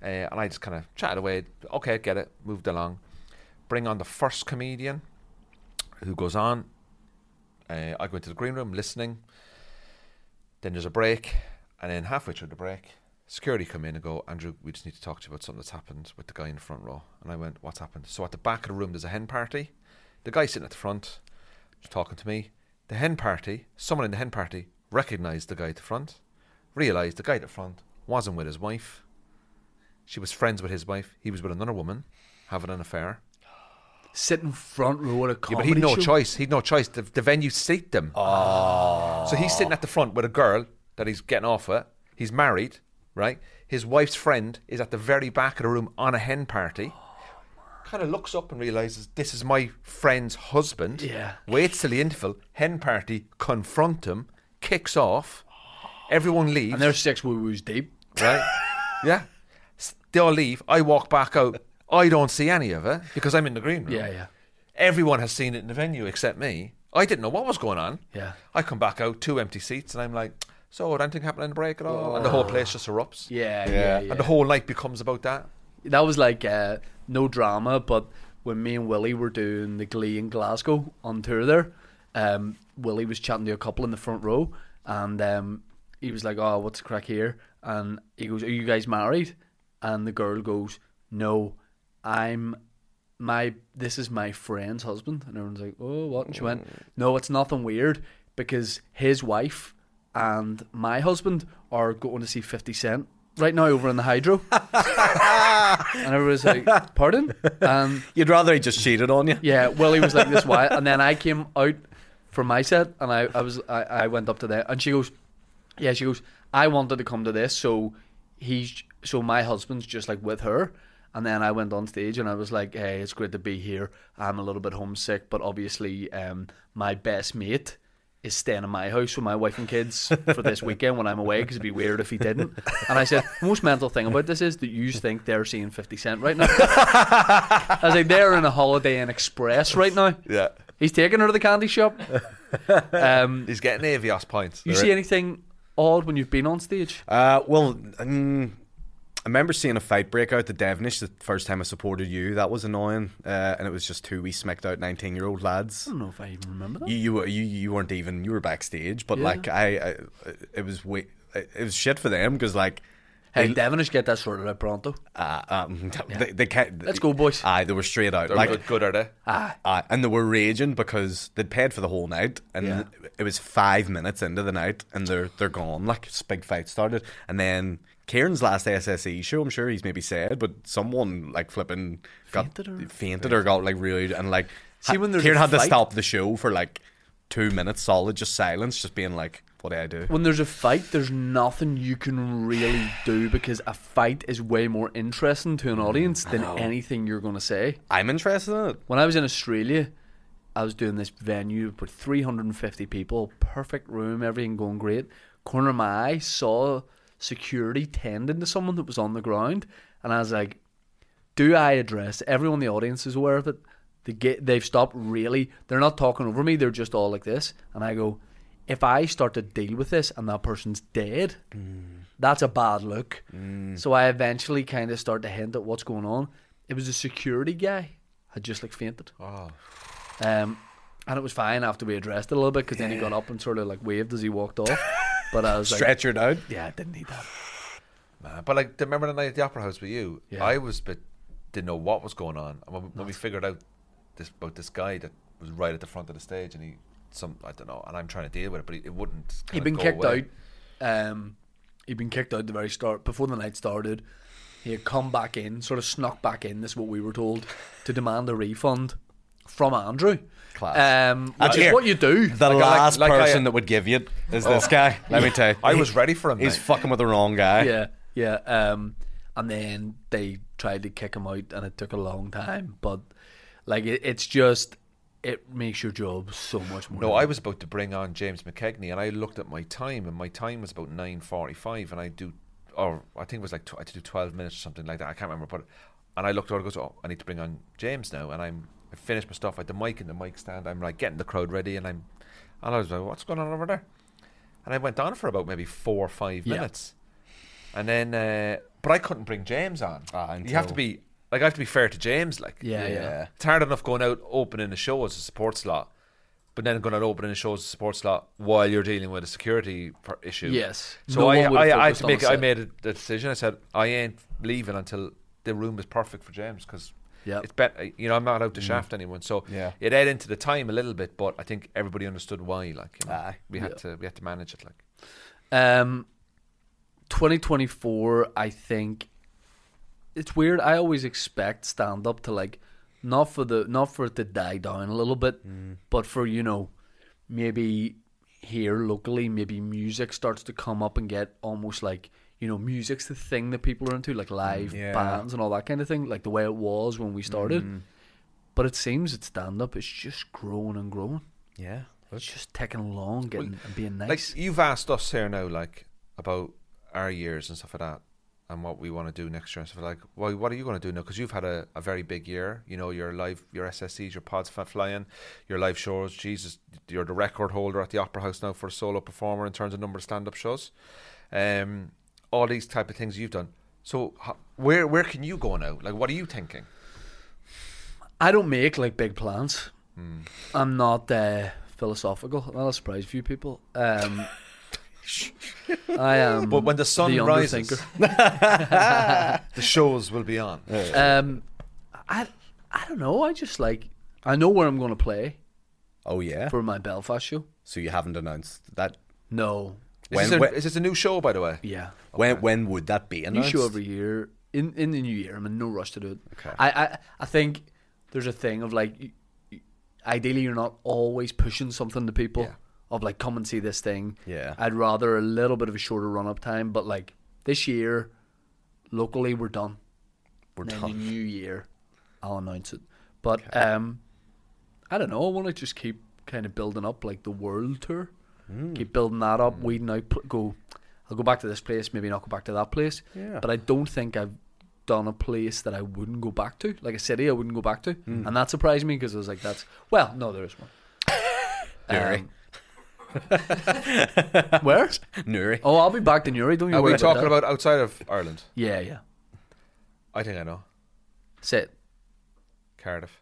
E: uh, and I just kind of chatted away. Okay, I get it. Moved along. Bring on the first comedian, who goes on. Uh, I go into the green room listening. Then there's a break, and then halfway through the break, security come in and go, Andrew, we just need to talk to you about something that's happened with the guy in the front row. And I went, What's happened? So at the back of the room, there's a hen party. The guy sitting at the front was talking to me. The hen party, someone in the hen party recognized the guy at the front, realised the guy at the front wasn't with his wife. She was friends with his wife. He was with another woman, having an affair.
A: Sitting front row at a
E: Yeah, but
A: comedy
E: he'd no
A: show.
E: choice. He'd no choice. The, the venue seat them.
A: Ah.
E: So he's sitting at the front with a girl that he's getting off with. He's married, right? His wife's friend is at the very back of the room on a hen party. Kind of looks up and realizes this is my friend's husband.
A: Yeah.
E: Waits till the interval, hen party, confront him, kicks off. Everyone leaves.
A: And there's six woo woos deep.
E: right? yeah. S- They all leave. I walk back out. I don't see any of it because I'm in the green room.
A: Yeah, yeah.
E: Everyone has seen it in the venue except me. I didn't know what was going on.
A: Yeah.
E: I come back out, two empty seats, and I'm like, so did anything happen in the break at all? And the whole place just erupts.
A: Yeah, yeah, yeah.
E: And the whole night becomes about that.
A: that was like uh, no drama, but when me and Willie were doing the Glee in Glasgow on tour there, um, Willie was chatting to a couple in the front row, and um, he was like, "Oh, what's the crack here?" And he goes, "Are you guys married?" And the girl goes, "No, I'm my this is my friend's husband." And everyone's like, "Oh, what?" And she went, "No, it's nothing weird because his wife and my husband are going to see Fifty Cent." Right now, over in the hydro, and everyone's like, "Pardon?" Um,
B: You'd rather he just cheated on you.
A: yeah, Willie was like this why and then I came out for my set, and I, I was I, I went up to that, and she goes, "Yeah," she goes, "I wanted to come to this, so he's so my husband's just like with her." And then I went on stage and I was like, "Hey, it's great to be here. I'm a little bit homesick, but obviously, um, my best mate." Is staying in my house with my wife and kids for this weekend when I'm away because it'd be weird if he didn't. And I said, most mental thing about this is that you think they're seeing 50 Cent right now. I was like, they're in a Holiday Inn Express right now.
E: Yeah.
A: He's taking her to the candy shop. Um,
E: He's getting Avios points.
A: you
E: They're
A: see
E: in.
A: anything odd when you've been on stage?
G: Uh, well, um, I remember seeing a fight break out the Devonish the first time I supported you. That was annoying, uh, and it was just two wee smacked out nineteen year old lads.
A: I don't know if I even remember that.
G: You you were- you you weren't even you were backstage, but like I, I, it was way, it was shit for them because like.
A: Hey, Devonish, get that sorted out pronto.
G: Uh, um, they, they can't.
A: Let's go, boys.
G: Aye, they were straight out.
E: They're
G: like, ah.
E: good, good, are they?
G: Aye, and they were raging because they'd paid for the whole night, and
A: Yeah.
G: it was five minutes into the night, and they're they're gone. Like this big fight started, and then Kieran's last SSE show, I'm sure he's maybe sad, but someone like flipping got
A: Fainted or-
G: fainted or got like really and like
A: See, when there's
G: Kieran
A: a
G: had to
A: fight-
G: stop the show for like two minutes solid, just silence, just being like, "What do I do?"
A: When there's a fight, there's nothing you can really do because a fight is way more interesting to an audience than anything you're going to say.
G: I'm interested in it.
A: When I was in Australia, I was doing this venue with 350 people, perfect room, everything going great. Corner of my eye saw security tending to someone that was on the ground, and I was like, "Do I address?" Everyone in the audience is aware of it. They get, they've stopped really. They're not talking over me. They're just all like this, and I go, "If I start to deal with this and that person's dead, that's a bad look." So I eventually kind of start to hint at what's going on. It was a security guy had just like fainted. Um, and it was fine after we addressed it a little bit because then he got up and sort of like waved as he walked off. But I was like,
G: Stretchered out.
A: yeah, I didn't need that.
E: Man, But like, remember the night at the Opera House with you?
A: Yeah.
E: I was, but didn't know what was going on. And when, when we figured out this about this guy that was right at the front of the stage, and he some I don't know, and I'm trying to deal with it, but he, it wouldn't.
A: He'd
E: kinda
A: been
E: go
A: kicked
E: away.
A: out. Um, he'd been kicked out the very start before the night started. He had come back in, sort of snuck back in. This is what we were told to demand a refund from Andrew.
G: Class.
A: Um,
G: That's
A: which is
G: here.
A: what you do.
G: The
E: Like, I like-
G: last
E: like I-
A: uh,
G: person that would give you it is
A: Oh.
G: this guy. Let me tell you.
E: I was ready for him,
G: He's
E: mate.
G: fucking with the wrong guy.
A: yeah, yeah. Um, and then they tried to kick him out, and it took a long time. But like, it, it's just it makes your job so much more.
E: No, I was about to bring on James McKegney, and I looked at my time, and my time was about nine forty-five, and I do, or I think it was like tw- I had to do twelve minutes or something like that. I can't remember, but and I looked over and goes, oh, I need to bring on James now, and I'm I finished my stuff. I had the mic in the mic stand. I'm like getting the crowd ready, and I'm, and I was like, what's going on over there? And I went on for about maybe four or five
A: Yeah.
E: minutes, and then, uh, but I couldn't bring James on.
G: Ah,
E: you have to
G: until-
E: be like I have to be fair to James, like
A: Yeah, yeah.
G: Yeah.
E: it's hard enough going out opening a show as a support slot, but then going out opening a show as a support slot while you're dealing with a security per- issue.
A: Yes.
E: So
A: No
E: I,
A: one would've
E: I, I had
A: focused
E: to
A: on
E: make.
A: the
E: I
A: set.
E: made a, a decision. I said I ain't leaving until the room is perfect for James because.
A: Yep. Mm.
E: It's bet you know I'm not out to shaft anyone, so
G: Yeah.
E: it ate into the time a little bit, but I think everybody understood why. Like, you know,
G: Aye.
E: we had to we had to manage it. Like,
A: Um, 2024, I think it's weird. I always expect stand up to like not for the not for it to die down a little bit,
G: Mm.
A: but for you know maybe here locally, maybe music starts to come up and get almost like you know music's the thing that people are into, like live
G: Mm, Yeah. Mm.
A: bands and all that kind of thing, like the way it was when we started. But it seems that stand up is just growing and growing.
G: Yeah.
A: It's just taking long getting and being nice.
E: Like you've asked us here now, like about our years and stuff like that, and what we want to do next year and stuff like. Well, what are you going to do now? Because you've had a, a very big year. You know, your live, your SSCs, your pods fa- flying, your live shows. Jesus, you're the record holder at the Opera House now for a solo performer in terms of number of stand-up shows. Um, all these type of things you've done. So ho- where where can you go now? Like, what are you thinking?
A: I don't make like big plans.
E: Hmm.
A: I'm not uh, philosophical. That'll surprise a few people. Um, I am.
E: But when the sun
A: the
E: rises,
A: Underthinker.
E: the shows will be on.
G: Uh,
A: Um, I I don't know. I just like I know where I'm going to play
G: Oh yeah.
A: for my Belfast show.
G: So you haven't announced that.
A: No,
E: Is,
G: When,
E: this a,
G: when,
E: is this a new show, by the way?
A: yeah,
G: when when would that be
A: new
G: announced?
A: show every year in in the new year. I'm in no rush to do it. Okay. I I, I think there's a thing of like, y- y- ideally you're not always pushing something to people
E: Yeah.
A: of like come and see this thing.
G: Yeah.
A: I'd rather a little bit of a shorter run up time, but like this year, locally we're done.
G: We're
A: Then
G: done.
A: the new year, I'll announce it. But um, I don't know. I want to just keep kind of building up like the world tour.
E: Hmm.
A: Keep building that up. Weeding out. pl- Go. I'll go back to this place. Maybe not go back to that place.
G: Yeah.
A: But I don't think I've done a place that I wouldn't go back to, like a city I wouldn't go back to,
E: Hmm.
A: and that surprised me because I was like, "That's well, no, there is one."
G: Newry.
A: Um, where?
G: Newry.
A: Oh, I'll be back to Newry. Don't you
E: Are
A: worry
E: we
A: about
E: talking
A: that.
E: about outside of Ireland?
A: Yeah, yeah.
E: I think I know.
A: Say it.
E: Cardiff.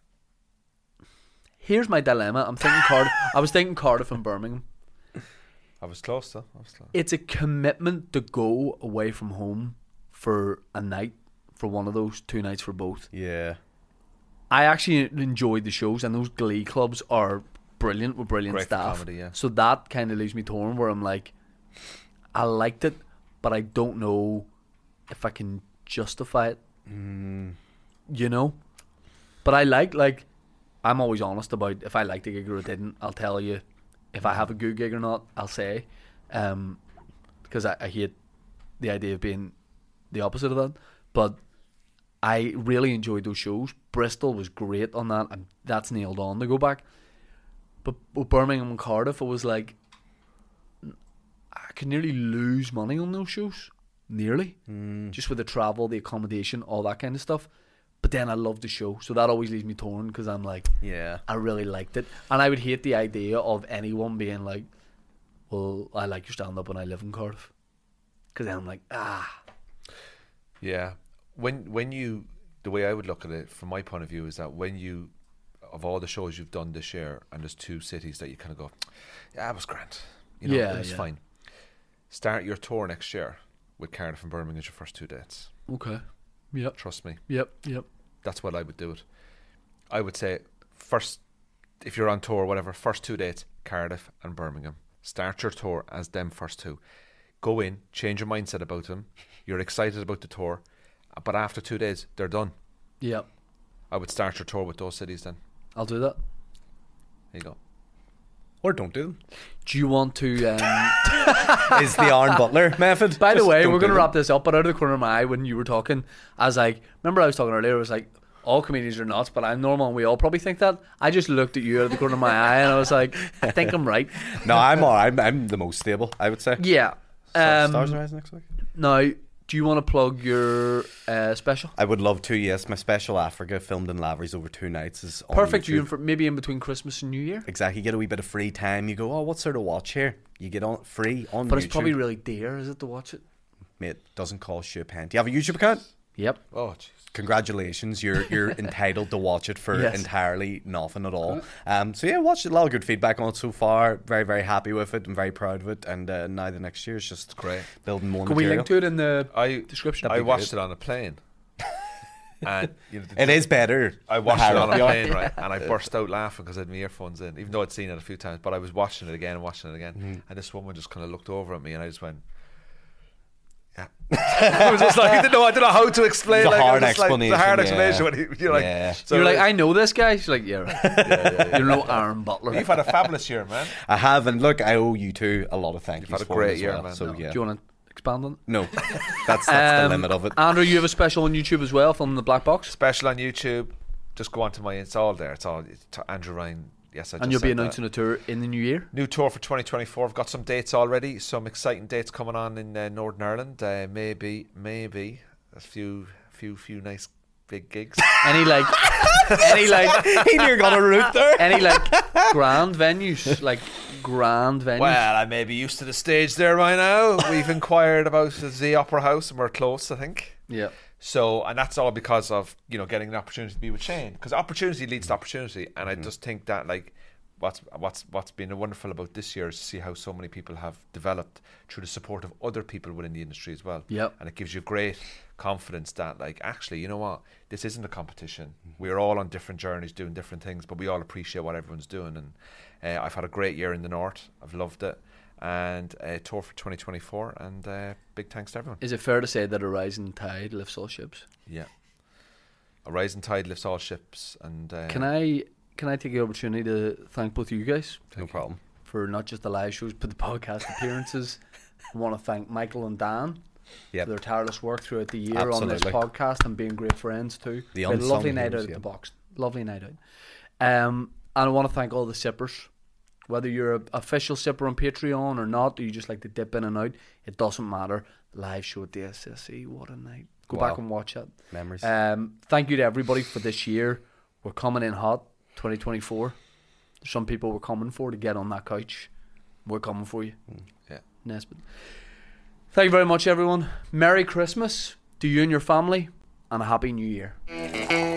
A: Here's my dilemma. I'm thinking Cardiff. I was thinking Cardiff and Birmingham.
E: I was close though. I was close.
A: It's a commitment to go away from home for a night, for one of those two nights for both.
G: Yeah.
A: I actually enjoyed the shows, and those Glee clubs are brilliant with brilliant
E: Great for
A: staff.
E: comedy, yeah.
A: So that kind of leaves me torn, where I'm like, I liked it, but I don't know if I can justify it.
E: Mm.
A: You know, but I like like I'm always honest about if I liked a gig or I didn't. I'll tell you if
E: Mm.
A: I have a good gig or not. I'll say, um, because I, I hate the idea of being the opposite of that, but. I really enjoyed those shows. Bristol was great on that, and that's nailed on to go back. But with Birmingham and Cardiff, I was like, I could nearly lose money on those shows, nearly, just with the travel, the accommodation, all that kind of stuff. But then I love the show, so that always leaves me torn because I'm like,
G: Yeah.
A: I really liked it, and I would hate the idea of anyone being like, "Well, I like your stand up, and I live in Cardiff," because then I'm like, ah,
E: Yeah. When when you the way I would look at it from my point of view is that when you of all the shows you've done this year and there's two cities that you kind of go, yeah, it was grand. You know,
A: Yeah,
E: it was
A: yeah.
E: fine. Start your tour next year with Cardiff and Birmingham as your first two dates.
A: okay, yep,
E: Trust me,
A: yep, yep.
E: that's what I would do it. I would say first if you're on tour, whatever, first two dates, Cardiff and Birmingham. Start your tour as them first two. Go in, change your mindset about them. You're excited about the tour, but after two days, they're done.
A: Yep,
E: I would start your tour with those cities then.
A: I'll do that.
E: There you go.
G: Or don't do them.
A: Do you want to? Um,
G: Is the Arn Butler method?
A: by the
G: Just
A: way,
G: don't
A: we're going
G: do
A: to
G: them.
A: wrap this up. But out of the corner of my eye, when you were talking, I was like, remember I was talking earlier. I was like, all comedians are nuts, but I'm normal, and we all probably think that. I just looked at you out of the corner of my eye, and I was like, I think I'm right.
G: No, I'm all. I'm, I'm the most stable. I would say.
A: Yeah.
G: Stars
A: Um,
G: Rise next week.
A: now, do you want to plug your uh, special?
G: I would love to. Yes, my special Africa filmed in Lavery's over two nights is on
A: Perfect.
G: YouTube.
A: You for maybe in between Christmas and New Year,
G: Exactly. You get a wee bit of free time. You go, oh, what sort of watch here? You get on free on
A: but
G: YouTube.
A: it's probably really dear, is it, to watch it?
G: Mate, doesn't cost you a penny. Do you have a YouTube account?
A: Yep.
E: Oh, jeez.
G: Congratulations, you're you're entitled to watch it for
A: Yes.
G: entirely nothing at all. Um, so yeah, watched it. A lot of good feedback on it so far. Very very happy with it. I'm very proud of it. And uh, now the next year is just
E: Great.
G: building more
A: Can we
G: material.
A: link to it in the?
E: I
A: Description.
E: I
A: That'd be
E: watched it on a plane, and you know, the-
G: it is better.
E: I watched it
G: Harry.
E: on a plane, right? And I burst out laughing because I had my earphones in, even though I'd seen it a few times. But I
G: Mm-hmm.
E: was watching it again and watching it again, and this woman just kind of looked over at me, and I just went, "Yeah, I was just like, I didn't know, I don't know how to explain.
G: The
E: like, I was
G: hard
E: just like,
G: explanation,
E: the hard
G: yeah.
E: explanation. When you, you're like,
G: Yeah.
E: so
A: You're like, I know this guy. She's like, yeah, right. you know Aaron Butler.
E: you've had a fabulous year, man.
G: I have, and look, I owe you two a lot of thank You've
E: had a great year, man.
G: So
E: No.
G: yeah,
A: Do you want to expand on?
G: no, that's, that's
A: Um,
G: the limit of it.
A: Andrew, you have a special on YouTube as well from the Black Box,
E: Special on YouTube. Just go onto my. It's all there. It's all it's t- Andrew Ryan. Yes, I.
A: and
E: just
A: you'll be
E: said that.
A: announcing a tour in the new year.
E: New tour for 2024. I've got some dates already. Some exciting dates coming on in uh, Northern Ireland. Uh, maybe, maybe a few, few, few nice big gigs.
A: Any like, any like,
G: he near got a root there.
A: any like grand venues, like grand venues.
E: well, I may be used to the stage there by now. We've inquired about the Opera House, and we're close, I think.
A: Yeah.
E: So, and that's all because of you know getting an opportunity to be with Shane, because opportunity leads to opportunity, and I just think that like what's what's what's been wonderful about this year is to see how so many people have developed through the support of other people within the industry as well.
A: Yep.
E: and it gives you great confidence that like actually you know what this isn't a competition. We're all on different journeys, doing different things, but we all appreciate what everyone's doing. And uh, I've had a great year in the north. I've loved it, and uh, tour for 2024. And uh, big thanks to everyone.
A: Is it fair to say that a rising tide lifts all ships?
E: Yeah. A rising tide lifts all ships, and uh,
A: Can I can I take the opportunity to thank both of you guys
G: No problem.
A: for not just the live shows but the podcast appearances? I want to thank Michael and Dan
G: Yep.
A: for their tireless work throughout the year on this
G: Absolutely.
A: podcast and being great friends too.
G: The
A: We had a
G: unsung
A: lovely night
G: heroes,
A: out at
G: yeah.
A: the box. Lovely night out. Um, and I want to thank all the sippers. Whether you're an official sipper on Patreon or not, or you just like to dip in and out, it doesn't matter. Live show at the SSE, what a night. Go back
G: Wow.
A: and watch it.
G: Memories.
A: Um, thank you to everybody for this year. We're coming in hot, 2024. Some people were coming for to get on that couch. We're coming for you.
E: Yeah.
A: Nesbitt. Thank you very much, everyone. Merry Christmas to you and your family, and a Happy New Year.